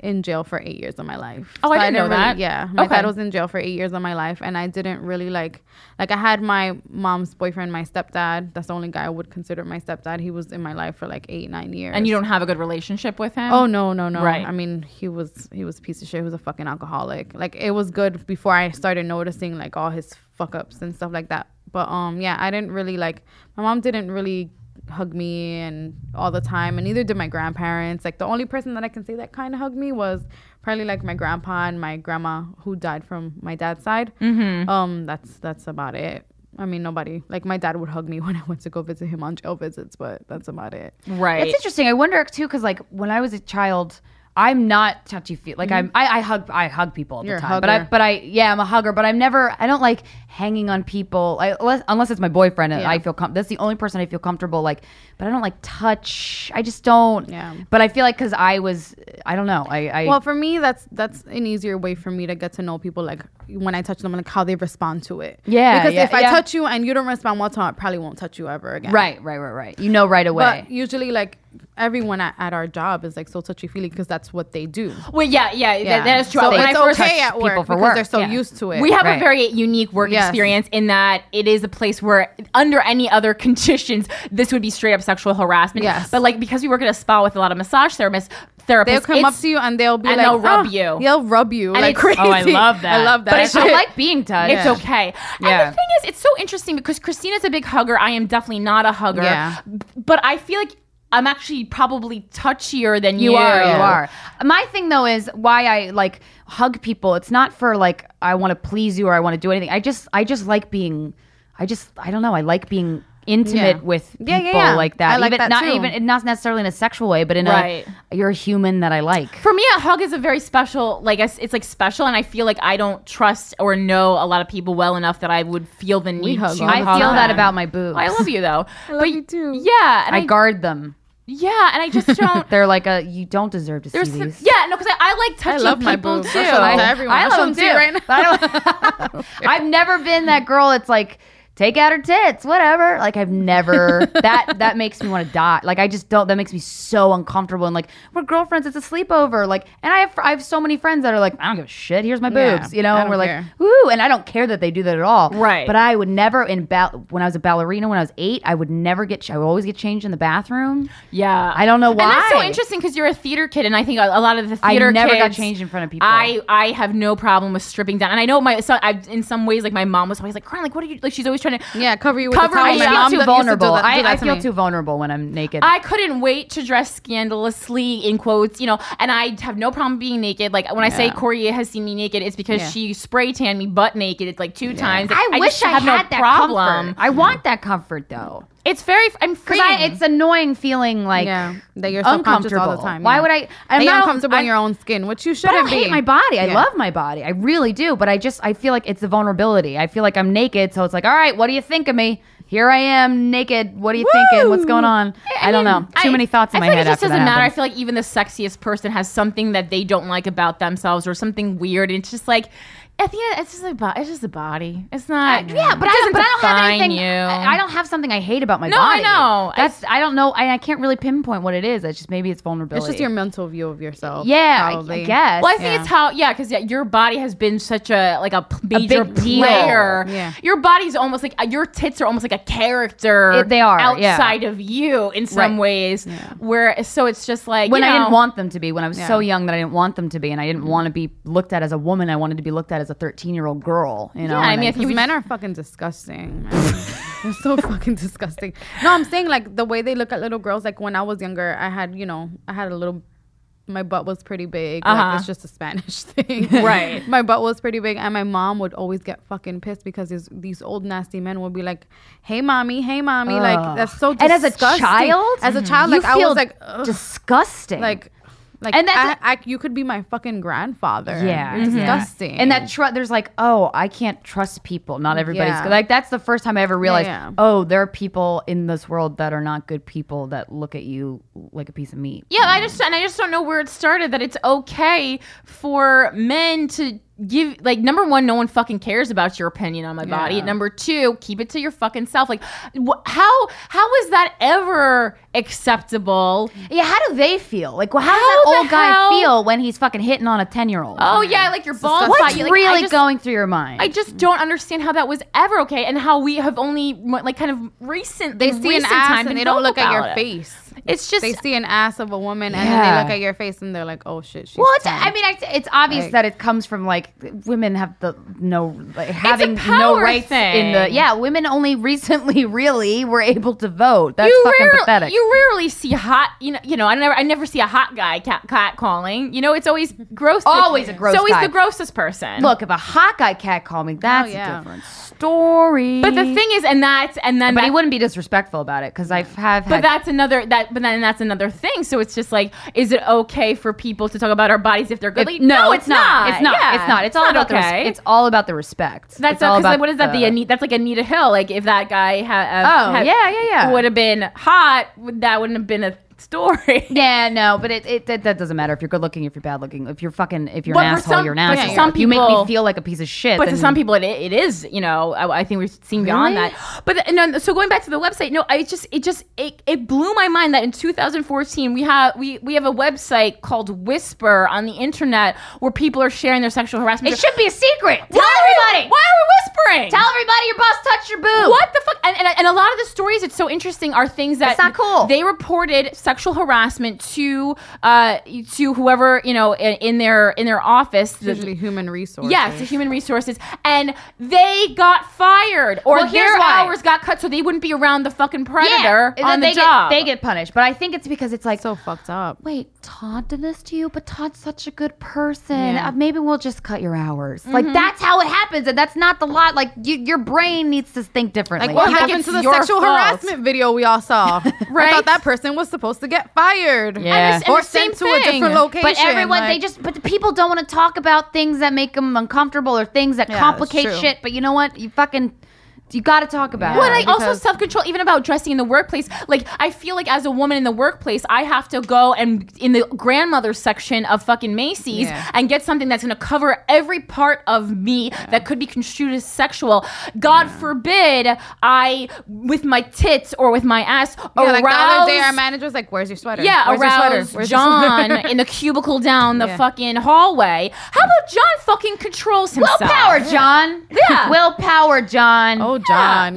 G: in jail for eight years of my life.
D: Oh, I
G: So
D: didn't know
G: really-
D: that.
G: yeah, my
D: Okay.
G: dad was in jail for eight years of my life, and I didn't really like like I had my mom's boyfriend, my stepdad. That's the only guy I would consider my stepdad. He was in my life for like eight nine years.
D: and you don't have a good relationship with him.
G: Oh no, no, no.
D: Right.
G: I mean, he was he was a piece of shit. He was a fucking alcoholic. Like it was good before I started noticing like all his fuck ups and stuff like that. But um yeah, I didn't really like my mom didn't really hug me and all the time and neither did my grandparents. Like the only person that I can say that kind of hugged me was probably like my grandpa and my grandma who died from my dad's side. Mm-hmm. Um that's that's about it. I mean, nobody. Like my dad would hug me when I went to go visit him on jail visits, but that's about it.
D: right.
C: It's interesting. I wonder too, because like when I was a child, I'm not touchy feet. Like I'm, I, I hug, I hug people all
G: Mm-hmm. You're a
C: the time. But I,
G: hugger.
C: but I, yeah, I'm a hugger. But I'm never, I don't like hanging on people. I, unless, unless it's my boyfriend and I feel com- that's the only person I feel comfortable. Like, but I don't like touch. I just don't.
G: Yeah.
C: But I feel like because I was, I don't know. I, I
G: Well, for me, that's that's an easier way for me to get to know people. Like when I touch them, like how they respond to it.
C: Yeah,
G: Because
C: yeah,
G: if I
C: yeah.
G: touch you and you don't respond well to it, I probably won't touch you ever again.
C: right, right, right, right. You know right away.
G: But usually, like everyone at, at our job is like so touchy feely because that's what they do.
D: Well, yeah, yeah, that-
G: Yeah.
D: that is true.
G: So
D: When I
G: it's
D: first-
G: okay at
C: people
G: work
C: for
G: because
C: work.
G: they're so
C: Yeah.
G: used to it.
D: We have
C: Right.
D: a very unique work
G: Yes.
D: experience in that it is a place where, under any other conditions, this would be straight up sexual harassment.
G: Yes.
D: But like because we work at a spa with a lot of massage therapists, therapists,
G: They'll come up
D: it's-
G: to you and they'll be
D: and
G: like,
D: they'll rub
G: "Ah,"
D: you.
G: They'll rub you
D: And
G: like
D: it's-
G: crazy.
D: oh, I love that.
G: I love that.
D: But
C: but
D: it's
C: I
D: okay.
C: don't like being touched.
D: It's okay.
C: Yeah.
D: And the thing is, it's so interesting because Christina's a big hugger. I am definitely not a hugger.
G: Yeah.
D: But I feel like I'm actually probably touchier than you.
C: You are. You
G: Yeah.
C: are. My thing though is why I like hug people. It's not for like I want to please you or I want to do anything. I just I just like being. I just I don't know. I like being intimate
G: Yeah.
C: with people
G: Yeah, yeah, yeah.
C: like that.
G: I like
C: even
G: that,
C: not
G: too.
C: even not necessarily in a sexual way, but in
D: Right.
C: a you're a human that I like.
D: For me, a hug is a very special, like it's, it's like special, and I feel like I don't trust or know a lot of people well enough that I would feel the need
G: hug
D: to.
G: all the
C: I feel that
D: them.
C: about my boobs.
D: I love you though. I
G: love you too.
D: Yeah, and
C: I
D: I,
C: guard them.
D: yeah, and I just don't.
C: They're like a you don't deserve to see
D: there's
C: these.
D: some, yeah, no, because I, I like touching
G: love my
D: people
G: boobs.
D: too.
G: I show them to everyone. I show them to you right now.
C: but I don't- I've never been that girl. It's like take out her tits, whatever. Like I've never that that makes me want to die. Like I just don't. That makes me so uncomfortable. And like we're girlfriends. It's a sleepover. Like and I have I have so many friends that are like I don't give a shit. Here's my
G: Yeah,
C: boobs. You know.
G: I
C: And we're
G: don't
C: like
G: care.
C: woo. And I don't care that they do that at all.
D: Right.
C: But I would never in ba- when I was a ballerina when I was eight. I would never get. I would always get changed in the bathroom.
D: Yeah,
C: I don't know
D: And that's so
C: why.
D: interesting because you're a theater kid, and I think a, a lot of the
C: I
D: theater
C: never got
D: kids-
C: changed in front of people.
D: I I have no problem with stripping down, and I know my so I've, in some ways like my mom was always like, "Crying, like what are you like?" She's always trying to
G: Yeah, cover you with
D: Cover
G: a towel.
D: me
C: I
D: Oh,
C: feel
D: man,
G: My
D: I'm
G: mom
C: too
G: used to do
C: vulnerable.
G: that- do
C: I,
G: that
C: I
G: to
C: feel
G: me.
C: too vulnerable when I'm naked.
D: I couldn't wait to dress scandalously in quotes, you know, and I have no problem being naked. Like when I say Corey has seen me naked, it's because
G: Yeah.
D: she spray tanned me butt naked. It's like two times. Like,
C: I wish
D: just
C: I
D: have
C: had
D: no
C: that comfort. I want that comfort though,
D: It's very. I'm free.
C: because it's annoying feeling like
G: yeah, that you're uncomfortable
C: uncomfortable
G: all the time.
C: Why
G: yeah.
C: would I?
G: That
C: I'm
G: you're
C: not
G: uncomfortable in
C: I-
G: your own skin, which you
C: But I
G: shouldn't
C: don't hate
G: be.
C: my body. I
G: Yeah.
C: love my body. I really do. But I just I feel like it's the vulnerability. I feel like I'm naked, so it's like, all right, what do you think of me? Here I am, naked. What are you thinking? What's going on? I, don't know. Too many thoughts in my
D: I feel
C: head.
D: Like it just
C: after
D: doesn't
C: that
D: matter.
C: happens.
D: I feel like even the sexiest person has something that they don't like about themselves or something weird. And it's just like. At the end, it's just a body. It's just a body. It's not.
C: Yeah, but
D: it
C: I
D: doesn't
C: don't. But I don't have
D: define
C: anything.
D: You.
C: I I don't have something I hate about my
D: No, I
C: body.
D: know. I-
C: That's I, don't know. I, I can't really pinpoint what it is. It's just maybe it's vulnerability.
G: It's just your mental view of yourself.
C: yeah. I- I,
G: probably.
C: guess.
D: Well, I think it's how yeah, because yeah, your body has been such a like a p- major
C: big deal.
D: player.
G: Yeah.
D: Your body's almost like your tits are almost like a character.
C: It- they are, yeah.
D: outside of you in some
C: Right.
D: ways. Where so it's just like
C: when
D: you
C: I didn't
D: know-
C: want them to be, when I was so young that I didn't want them to be, and I
G: Mm-hmm.
C: didn't want to be looked at as a woman. I wanted to be looked at as a 13 year old girl. You know.
D: Yeah, I
C: and
D: mean, I
G: Because
D: think we
G: men are fucking disgusting. man. They're so fucking disgusting. No, I'm saying like the way they look at little girls. Like when I was younger, I had you know I had a little. My butt was pretty big.
D: Uh-huh.
G: Like, it's just a Spanish thing,
D: Right.
G: My butt was pretty big, and my mom would always get fucking pissed because these these old nasty men would be like, "Hey, mommy, hey, mommy," like that's so.
C: And as
G: Disgusting.
C: a child,
G: as a child,
C: you
G: like I
C: feel
G: was like, ugh,
C: disgusting.
G: like. Like
C: And
G: and
C: that's-
G: I, I- you could be my fucking grandfather.
C: yeah,
G: You're
C: Mhm.
G: Mm-hmm. disgusting.
C: And that tru- there's like, oh, I can't trust people. Not everybody's
G: Yeah.
C: good. like that's the first time I ever realized,
G: yeah.
C: oh, there are people in this world that are not good people that look at you like a piece of meat.
D: Yeah, I just and I just don't know where it started that it's okay for men to give like number one, no one fucking cares about your opinion on my body. Number two, keep it to your fucking self. Like, wh- how how is that ever acceptable?
C: Yeah, how do they feel? Like, well, how,
D: How
C: does
D: the
C: that old guy
D: hell-
C: feel when he's fucking hitting on a ten year old?
D: Oh yeah, like your balls.
C: what's
D: hot. You- like, I
C: really
D: just-
C: going through your mind?
D: I just don't understand how that was ever okay, and how we have only like kind of recent.
G: they
D: in
G: see an
D: recent
G: ass
D: time
G: and
D: been
G: they don't
D: vocal
G: look at your
D: about it.
G: face.
D: It's just
G: they see an ass of a woman and then
C: Yeah.
G: they look at your face and they're like, oh shit, she's
C: Well, it's,
G: 10.
C: I mean, it's, it's obvious
G: Like-
C: that it comes from like women have the no like, having no
D: power
C: rights in the
D: thing.
C: yeah. Women only recently really were able to vote. That's
D: you
C: fucking
D: rarely,
C: pathetic.
D: You rarely see hot, you know. You know, I never, I never see a hot guy cat, cat calling. You know, it's always gross.
C: Always a gross
D: It's always
C: guy.
D: the grossest person.
C: Look, if a Hawkeye cat called me, that's
G: yeah.
C: a different story.
D: Oh, but the thing is, and that's and then
C: but he
D: that-
C: wouldn't be disrespectful about it because I have.
D: But
C: Had,
D: that's another that. But then that's another thing. So it's just like, is it okay for people to talk about our bodies if they're good? Like,
C: no, it's not. It's not.
D: Yeah.
C: It's not. It's all about the. res- it's all about the respect.
D: That's
C: it's all
D: because
C: about
D: like, what is that? The, Ani- that's like Anita Hill. Like if that guy uh, had,
C: Oh, yeah, yeah, yeah.
D: would have been hot. would- That wouldn't have been a story.
C: Yeah, no, but it, it that, that doesn't matter if you're good looking, if you're bad looking, if you're fucking, if you're
D: But
C: an
D: for
C: asshole,
D: some-
C: you're an
D: but to
C: asshole.
D: some
C: If you make me
D: people-
C: feel like a piece of shit.
D: But to
C: then-
D: some people, it, it is. You know, I, I think we've seen beyond
C: Really?
D: that. But the, no, so going back to the website, no, I just it just it, it blew my mind that in 2014 we have we we have a website called Whisper on the internet where people are sharing their sexual harassment.
C: it should be a secret. Tell
D: Why are we-
C: everybody.
D: Why are we whispering?
C: Tell everybody your boss touched your boob.
D: What the fuck? And, and, and a lot of the stories, it's so interesting, are things that
C: It's not cool.
D: They reported sexual harassment to uh, to whoever you know in, in their in their office. The-
G: usually human resource.
D: Yes, to human resources, and they got fired, or
C: Well, here's
D: their
C: why.
D: hours got cut, so they wouldn't be around the fucking
C: Yeah,
D: predator
C: and
D: on
C: then
D: the
C: they
D: job.
C: Get, they get punished. But I think it's because it's like,
G: so fucked up.
C: wait, Todd did this to you, but Todd's such a good person. Uh, maybe we'll just cut your hours.
D: Mm-hmm.
C: Like that's how it happens, and that's not the lot. Like you, your brain needs to think differently.
G: Like what
D: think
G: happened
D: it's
G: to the
D: your
G: sexual
D: fault.
G: harassment video we all saw? I
D: Right.
G: thought that person was supposed to get fired.
C: Yeah. And
D: the- and
G: or
D: the
G: sent
D: same
G: to a
D: thing.
G: different location.
C: But everyone,
G: like-
C: they just, but the people don't want to talk about things that make them uncomfortable or things that
G: Yeah, that's
C: complicate
G: true.
C: shit. But you know what? You fucking, you got to talk about
D: But
C: it.
D: like also self control, even about dressing in the workplace. Like I feel like as a woman in the workplace, I have to go and in the grandmother section of fucking Macy's
G: Yeah.
D: and get something that's going to cover every part of me that could be construed as sexual. God forbid I with my tits or with my ass
G: Yeah,
D: arouse.
G: like the other day, our manager was like, "Where's your sweater?
D: yeah,
G: Where's your
D: arouse
G: sweater? Where's your
D: John
G: sweater?"
D: in the cubicle down the
G: Yeah.
D: fucking hallway. How about John fucking controls himself?
C: Willpower, John.
D: Yeah.
C: Willpower, John.
G: Oh, John.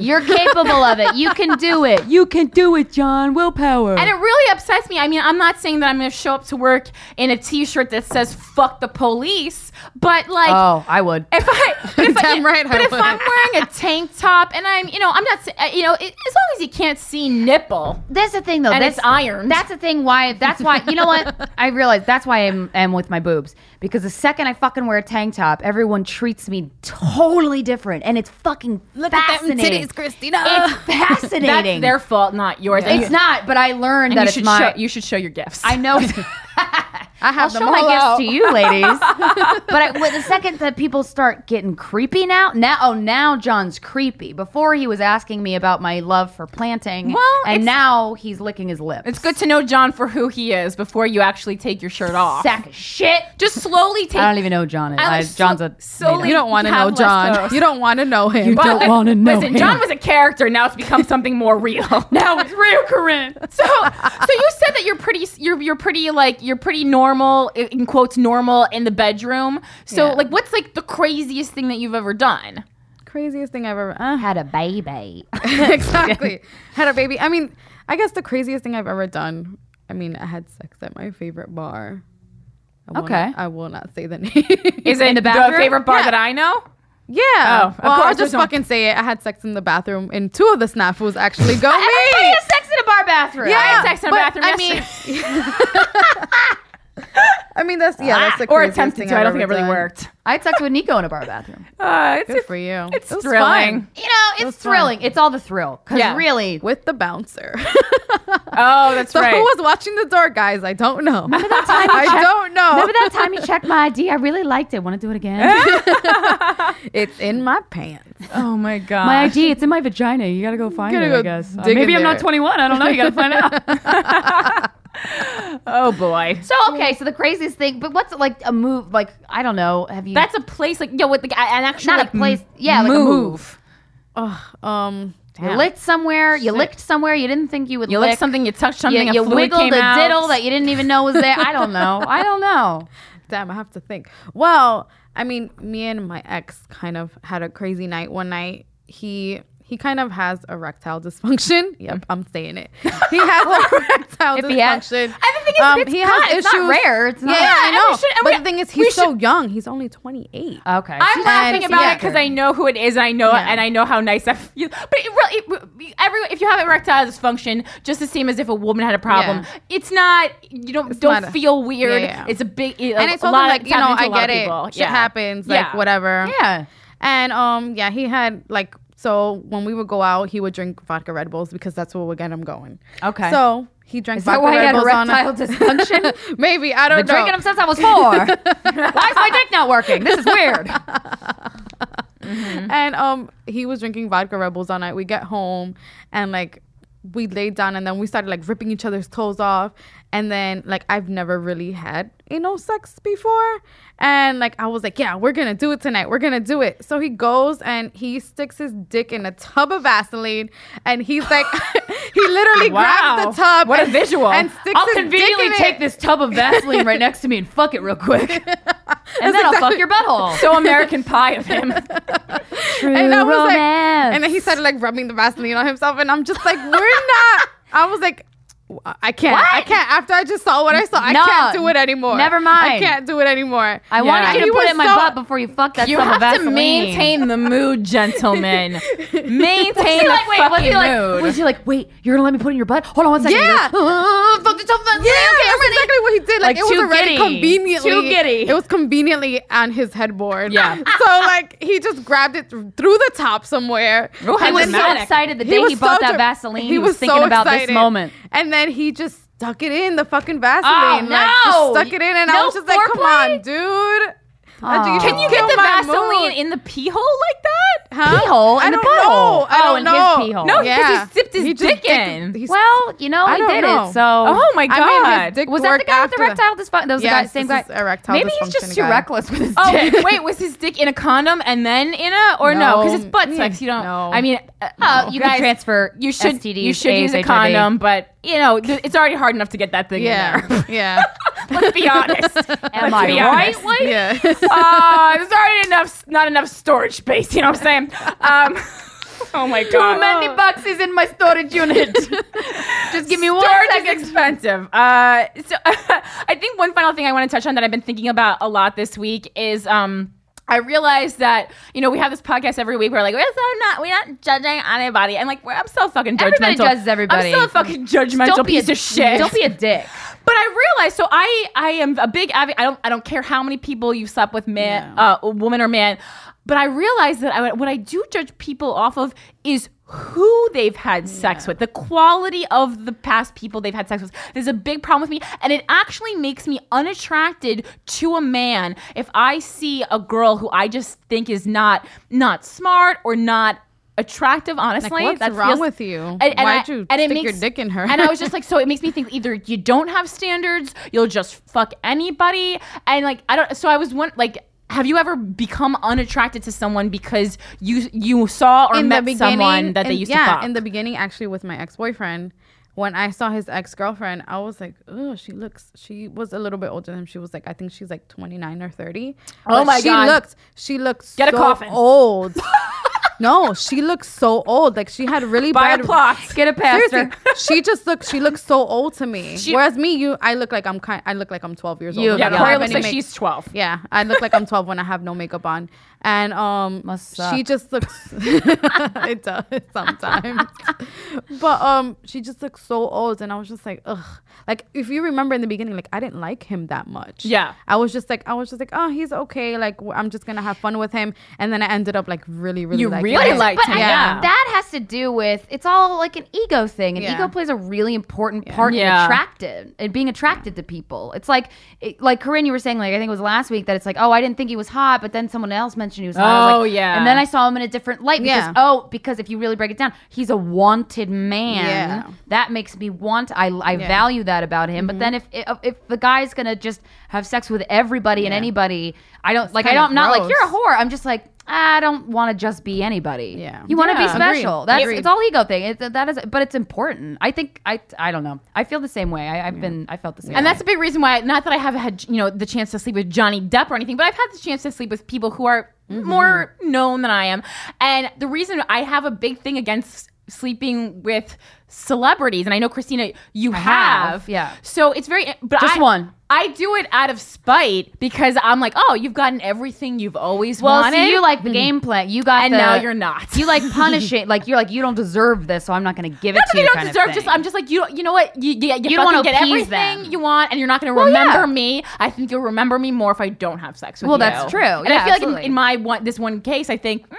C: You're capable of it. You can do it. You can do it, John. Willpower.
D: And it really upsets me. I mean, I'm not saying that I'm going to show up to work in a T-shirt that says "fuck the police," but like,
C: oh, I would.
D: if I, but if
G: Damn
D: I,
G: right I
D: but if
G: would.
D: I'm wearing a tank top and I'm, you know, I'm not, sa- you know, it, as long as you can't see nipple,
C: That's the thing, though.
D: And
C: that's,
D: it's ironed.
C: That's the thing. Why? That's why. You know what? I realize that's why I'm am with my boobs because the second I fucking wear a tank top, everyone treats me totally different, and it's fucking
E: Look at them
C: fascinating.
E: titties, Christina.
C: It's
D: that's
C: fascinating.
D: their fault, not yours. And
C: it's not, but I learned
D: And
C: that
D: you
C: it's
D: should
C: my.
D: show, you should show your gifts.
C: I know.
G: I
C: I'll
G: have them
C: show my
G: all
C: gifts
G: out.
C: to you, ladies. but I, well, the second that people start getting creepy now, now oh now John's creepy. Before he was asking me about my love for planting,
D: Well,
C: and
D: it's-
C: now he's licking his lips.
D: It's good to know John for who he is before you actually take your shirt off.
C: sack of shit.
D: Just slowly take.
C: I don't even know John. Is.
D: I
C: I,
D: was so-
C: John's a
D: so
G: You don't want to know
D: Have less
G: John.
D: toast.
G: You don't want to know him.
D: Well,
G: But-
D: I- Listen, John was a character. Now it's become something more real. now it's real, Corinne. So, so you said that you're pretty, you're you're pretty like you're pretty normal i- in quotes normal in the bedroom. So, like, what's like the craziest thing that you've ever done?
G: Craziest thing I've ever. Uh,
C: had a baby.
G: exactly. Had a baby. I mean, I guess the craziest thing I've ever done. I mean, I had sex at my favorite bar. I will
D: Okay.
G: not- I will not say the name.
D: Is it in the bathroom? favorite bar that I know?
G: Yeah.
D: Oh, of
G: well, I'll
D: course,
G: just
D: there's no-
G: fucking say it. I had sex in the bathroom, and two of the snafus actually go
C: Hey,
G: me.
C: a sex in a bar bathroom.
G: Yeah.
D: Ah, I had sex in a
G: but
D: bathroom.
G: I mean-
D: yesterday.
G: I mean, that's yeah, that's the
D: or
G: craziest
D: attempted
G: thing
D: to.
G: I've
D: I don't think it
G: ever
D: really
G: done.
D: worked.
C: I had sex with Nico in a bar bathroom.
D: Uh, it's
G: Good for you.
D: It's
G: It was
D: thrilling.
G: fun.
C: You know, it's thrilling. It's all the thrill. Because
D: Yeah.
C: really,
G: with the bouncer.
D: Oh, that's
G: so
D: right.
G: who was watching the door, guys? I don't know. Remember that time? I don't know.
C: remember that time you checked my ID? I really liked it. Want to do it again?
G: It's in my pants.
D: oh my god.
C: my ID, it's in my vagina. You gotta go find
G: Gotta
C: it.
G: go
C: I guess Uh,
G: dig in
C: maybe I'm not
G: there.
C: 21. I don't know. You gotta find out.
D: oh boy.
C: so okay, so the craziest thing, but what's like a move? Like I don't know. Have you?
D: That's a place like yo with the, an actual
C: Not a
D: like,
C: place-
D: m-
C: yeah, like a move.
G: Um,
C: you licked somewhere. You licked somewhere. You didn't think you would.
D: You
C: lick.
D: licked something, you touched something,
C: you,
D: a
C: you
D: fluid
C: wiggled
D: came
C: a
D: out.
C: diddle that you didn't even know was there. I don't know. I don't know.
G: damn, I have to think. Well, I mean, me and my ex kind of had a crazy night one night. He he kind of has erectile dysfunction. Yep, I'm saying it. He has erectile
C: If he had-
G: dysfunction.
D: And the thing is,
G: Um,
D: it's not- it's not
C: rare. It's not-
G: yeah,
C: Yeah,
G: I
D: and
G: know.
D: we should- and
G: but
D: we-
G: the thing is,
D: we
G: he's so
D: should- Uh,
G: young. He's only 28.
C: Okay.
D: I'm laughing
G: it's-
D: about
G: yeah.
D: it because I know who it is and I know
G: Yeah.
D: and I know how nice I feel. But it really, it, every, if you have erectile dysfunction, just the same as if a woman had a problem,
G: Yeah.
D: it's not you don't don't
G: not a-
D: feel weird.
G: Yeah, yeah.
D: It's a big it,
G: and
D: a
G: I told
D: lot
G: him
D: of-
G: like,
D: it's
G: you know,
D: happened to a lot
G: I
D: of
G: get it.
D: people.
G: Shit happens, like
D: Yeah.
G: whatever.
C: yeah.
G: And um, yeah, he had like so when we would go out, he would drink vodka Red Bulls because that's what would get him going.
C: Okay.
G: So he drank
C: Is that
G: vodka
C: why I
G: Red
C: had
G: Bulls on
C: erectile dysfunction?
G: Maybe I don't
C: Been
G: know.
C: drinking them since I was four. Why is my dick not working? This is weird.
D: Mm-hmm.
G: And um, he was drinking vodka Red Bulls all night. We get home and like we laid down and then we started like ripping each other's toes off. And then like I've never really had anal sex before. And like I was like, yeah, we're gonna do it tonight. We're gonna do it. So he goes and he sticks his dick in a tub of Vaseline and he's like, he literally
D: Wow.
G: grabs the tub.
D: What a
G: and-
D: visual.
G: And sticks
C: I'll
G: his
C: conveniently
G: dick in it.
C: take this tub of Vaseline right next to me and fuck it real quick. And then I'll fuck your butthole.
D: So American Pie of him.
C: True
G: and I was like, and then he started like rubbing the Vaseline on himself, and I'm just like, we're not. I was like, I can't, I can't. After I just saw what I saw, I
C: No,
G: can't do it anymore.
C: never mind.
G: I can't do it anymore.
C: I
D: Yeah.
C: wanted you
G: He
C: to put
G: was
C: it in my
G: so-
C: butt before you fuck that
D: You
C: tub of
D: have to
C: Vaseline.
D: maintain the mood, gentlemen. maintain the
C: like, wait, was
D: fucking
C: he like,
D: mood.
C: was he like, wait, you're gonna let me put it in your butt? Hold on one second.
G: Yeah.
C: He goes, "Uh, fuck the tub of Vaseline.
G: Yeah,
C: okay, I'm
G: that's
C: ready."
G: exactly what he did. Like,
C: Like,
G: it was
C: too
G: already
C: giddy.
G: conveniently.
C: Too giddy.
G: It was conveniently on his headboard.
D: Yeah.
G: so like he just grabbed it through the top somewhere.
D: Oh,
C: He
G: and
C: was
G: then
C: so
D: dramatic.
C: excited the day he, bought
G: so
C: that
G: dr-
C: Vaseline. He, was, thinking
G: so
C: about this
G: excited.
C: moment.
G: And then he just stuck it in the fucking Vaseline. Like, just
C: no!
G: stuck it in, and I
C: No
G: was just like, "Come
C: foreplay?
G: on, dude." How'd
C: Aw.
D: Can you get
G: kill
D: the
G: my
D: Vaseline
G: mood?
D: in the pee hole like that?
G: Huh?
C: Pee hole
G: I
C: in the
G: don't
C: butthole.
G: know. I
C: Oh,
G: don't
C: in his
G: know.
C: pee hole.
D: No, because he sipped his
G: just
D: dick
G: dipped-
D: in.
G: he s-
C: Well, you know,
G: I
C: he
G: don't
C: did
G: know.
C: it. So,
D: Oh my god!
G: I mean, his dick
C: was that the
G: worked
C: guy with
G: after that.
C: erectile dysfunction? That was
G: Yes,
C: the guy, same
G: this
C: guy.
G: is erectile
C: Maybe he's just
G: dysfunction
C: too
G: guy.
C: reckless with his
D: Oh
C: dick.
D: wait, was his dick in a condom and then in a or no?
G: No.
D: Because it's butt sex. You don't.
G: No.
D: I mean, uh,
C: Oh, you
D: guys,
C: can transfer.
D: You should.
C: STDs,
D: you should use a
C: AIDS,
D: condom, but you know th- it's already hard enough to get that thing in there.
G: Yeah, yeah,
D: Let's be honest.
C: Am
D: Let's
C: I
D: be
C: right?
D: honest. Like,
G: yeah.
D: uh, there's already enough, not enough storage space. You know what I'm saying? Um, Oh my
C: Too
D: god.
C: many boxes in my storage unit. Just give me one
D: Storage
C: second.
D: is expensive. Uh, so I think one final thing I want to touch on that I've been thinking about a lot this week is um. I realized that you know we have this podcast every week. We're like, we're so not we're not judging anybody. I'm like, we're, I'm so fucking judgmental.
C: Everybody judges
D: I'm
C: everybody.
D: still a fucking judgmental piece
C: a,
D: of shit.
C: Don't be a dick.
D: But I realized, so I I am a big avid. I don't I don't care how many people you've slept with, man, uh, woman or man. But I realized that I, what I do judge people off of is who they've had sex with, the quality of the past people they've had sex with. There's a big problem with me, and it actually makes me unattracted to a man if I see a girl who I just think is not not smart or not attractive. Honestly,
G: what's
D: That
G: wrong
D: feels-
G: with you?
D: And, and
G: Why'd
D: I-
G: you
D: and it
G: stick your
D: makes-
G: dick in her?
D: and I was just like, so it makes me think either you don't have standards, you'll just fuck anybody, and like I don't. So I was one like. Have you ever become unattracted to someone because you you saw or met someone that they
G: in-
D: used
G: yeah,
D: to fuck?
G: in the beginning, actually, with my ex boyfriend, when I saw his ex girlfriend, I was like, oh, she looks. She was a little bit older than him. She was like, I think she's like twenty nine or thirty.
D: Oh
G: But
D: my
G: she
D: God.
G: looked. She looked.
D: Get a
G: so
D: coffin.
G: Old. no, she looked so old. Like she had really
D: Buy a
G: bad.
D: plot.
C: Get a
G: Seriously,
C: pastor.
G: she just looked. She looks so old to me.
D: She-
G: Whereas me, you, I look like I'm kind. I look like I'm 12 years old.
C: You-
G: I
D: yeah,
G: don't
D: Corey
G: have
D: looks like
G: any make-
D: she's twelve.
G: yeah, I look like I'm 12 when I have no makeup on. And um
C: Must
G: she
C: suck.
G: just looks it does sometimes. but um she just looks so old and I was just like, ugh. Like if you remember in the beginning, like I didn't like him that much.
D: Yeah.
G: I was just like I was just like, oh, he's okay. Like w- I'm just gonna have fun with him. And then I ended up like really, really
D: You
G: liking
D: really
G: him.
D: liked
C: But
D: him.
C: I
D: Yeah.
C: think that has to do with it's all like an ego thing, and
G: Yeah.
C: ego plays a really important part
D: Yeah.
C: in attractive and being attracted to people. It's like, it, like Corinne, you were saying, like I think it was last week that it's like, oh, I didn't think he was hot, but then someone else mentioned he was hot. I was
D: Oh,
C: like-
D: yeah.
C: and then I saw him in a different light. Because,
G: Yeah.
C: Oh, because if you really break it down, he's a wanted man.
G: Yeah. Mm-hmm.
C: That makes me want. I I value that about him. But then if if if the guy's gonna just have sex with everybody and anybody, I don't like. I
G: kinda
C: don't. I'm not like
G: gross.
C: you're a whore. I'm just like. I don't want to just be anybody.
G: Yeah.
C: You want to
D: Yeah.
C: be special.
G: Agreed.
C: That's
G: Agreed.
C: it's all ego thing. It, that is, but it's important. I think I I don't know. I feel the same way. I, I've been I felt the same.
D: And
C: way.
D: that's a big reason why, not that I have had, you know, the chance to sleep with Johnny Depp or anything, but I've had the chance to sleep with people who are
C: Mm-hmm.
D: more known than I am. And the reason I have a big thing against sleeping with celebrities, and I know, Christina, you have.
C: have, yeah.
D: So it's very, but
C: Just
D: I-
C: one.
D: I do it out of spite because I'm like, oh, you've gotten everything you've always
C: well,
D: wanted.
C: see, you like the game plan. You got
D: and
C: the-
D: now you're not.
C: You like punishing. like you're like you don't deserve this, so I'm not going to give it
D: Not
C: to
D: that
C: you.
D: I don't
C: kind of
D: deserve.
C: thing.
D: Just I'm just like you. You know what? You, you, you,
C: don't
D: fucking
C: wanna
D: get
C: appease
D: everything
C: them.
D: you want, and you're not going to
C: Well, yeah.
D: remember me. I think you'll remember me more if I don't have sex with
C: Well,
D: you.
C: that's true.
D: And I
C: Yeah,
D: feel like
C: absolutely.
D: in, in my one, this one case, I think. "Mm,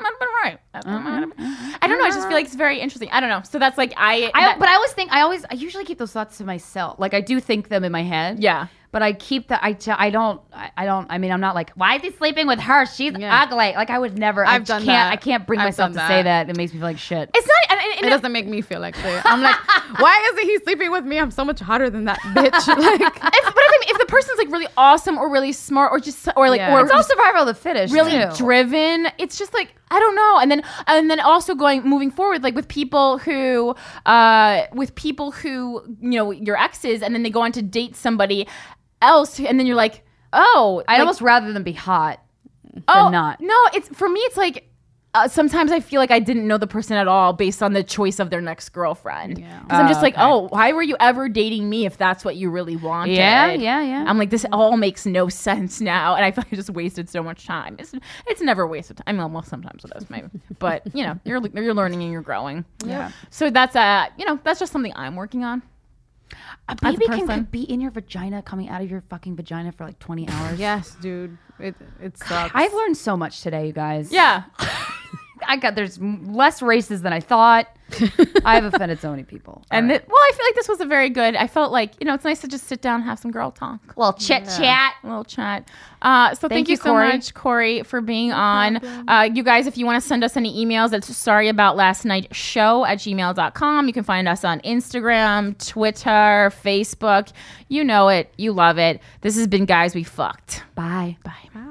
D: I might have been right. I might have been-" I don't know. I just feel like it's very interesting. I don't know. So that's like I.
C: I,
D: that-
C: but I always think I always I usually keep those thoughts to myself. Like I do think them in my head.
D: Yeah.
C: But I keep the I t- I don't I I don't I mean I'm not like why is he sleeping with her she's
G: Yeah.
C: ugly like I would never I
G: I've done
C: can't
G: that.
C: I can't bring
G: I've
C: myself to
G: done
C: say
G: that.
C: that it makes me feel like shit
D: it's not. And, and-
G: It
D: and
G: doesn't make me feel like shit. I'm like, why isn't he sleeping with me? I'm so much hotter than that bitch. Like
D: if, but I mean, if the person's like really awesome or really smart or just or like
G: Yeah.
D: or
C: it's all survival of the fittest
D: really
C: too.
D: driven. It's just like I don't know. And then and then also going moving forward, like with people who uh with people who you know your exes, and then they go on to date somebody else, and then you're like, oh,
C: I'd
D: like,
C: almost rather than be hot
D: oh
C: than not.
D: No, it's for me. It's like. Uh, sometimes I feel like I didn't know the person at all based on the choice of their next girlfriend. Because I'm
C: Ah,
D: just like, oh, why were you ever dating me if that's what you really wanted?
C: Yeah, yeah, yeah.
D: I'm like, this all makes no sense now, and I feel like I just wasted so much time. It's it's never wasted. time. I mean, well, sometimes it is, maybe, but you know, you're you're learning and you're growing. Yeah. So that's uh, you know, that's just something I'm working on.
C: A
D: As a
C: baby can
D: person.
C: could be in your vagina, coming out of your fucking vagina for like 20 hours.
G: Yes, dude. It it sucks.
C: I've learned so much today, you guys.
D: Yeah.
C: I got there's m- less races than I thought. I've offended so many people.
D: And thi- well, I feel like this was a very good. I felt like you know, it's nice to just sit down, have some girl talk.
C: Well, chit chat.
D: a little chat. Uh, so thank, you,
C: you,
D: so
C: Corey.
D: much, Corey, for being on. Uh, you guys, if you want to send us any emails, it's sorry about last night show at gmail.com. You can find us on Instagram, Twitter, Facebook. You know it. You love it. This has been Guys We Fucked.
C: Bye.
D: Bye.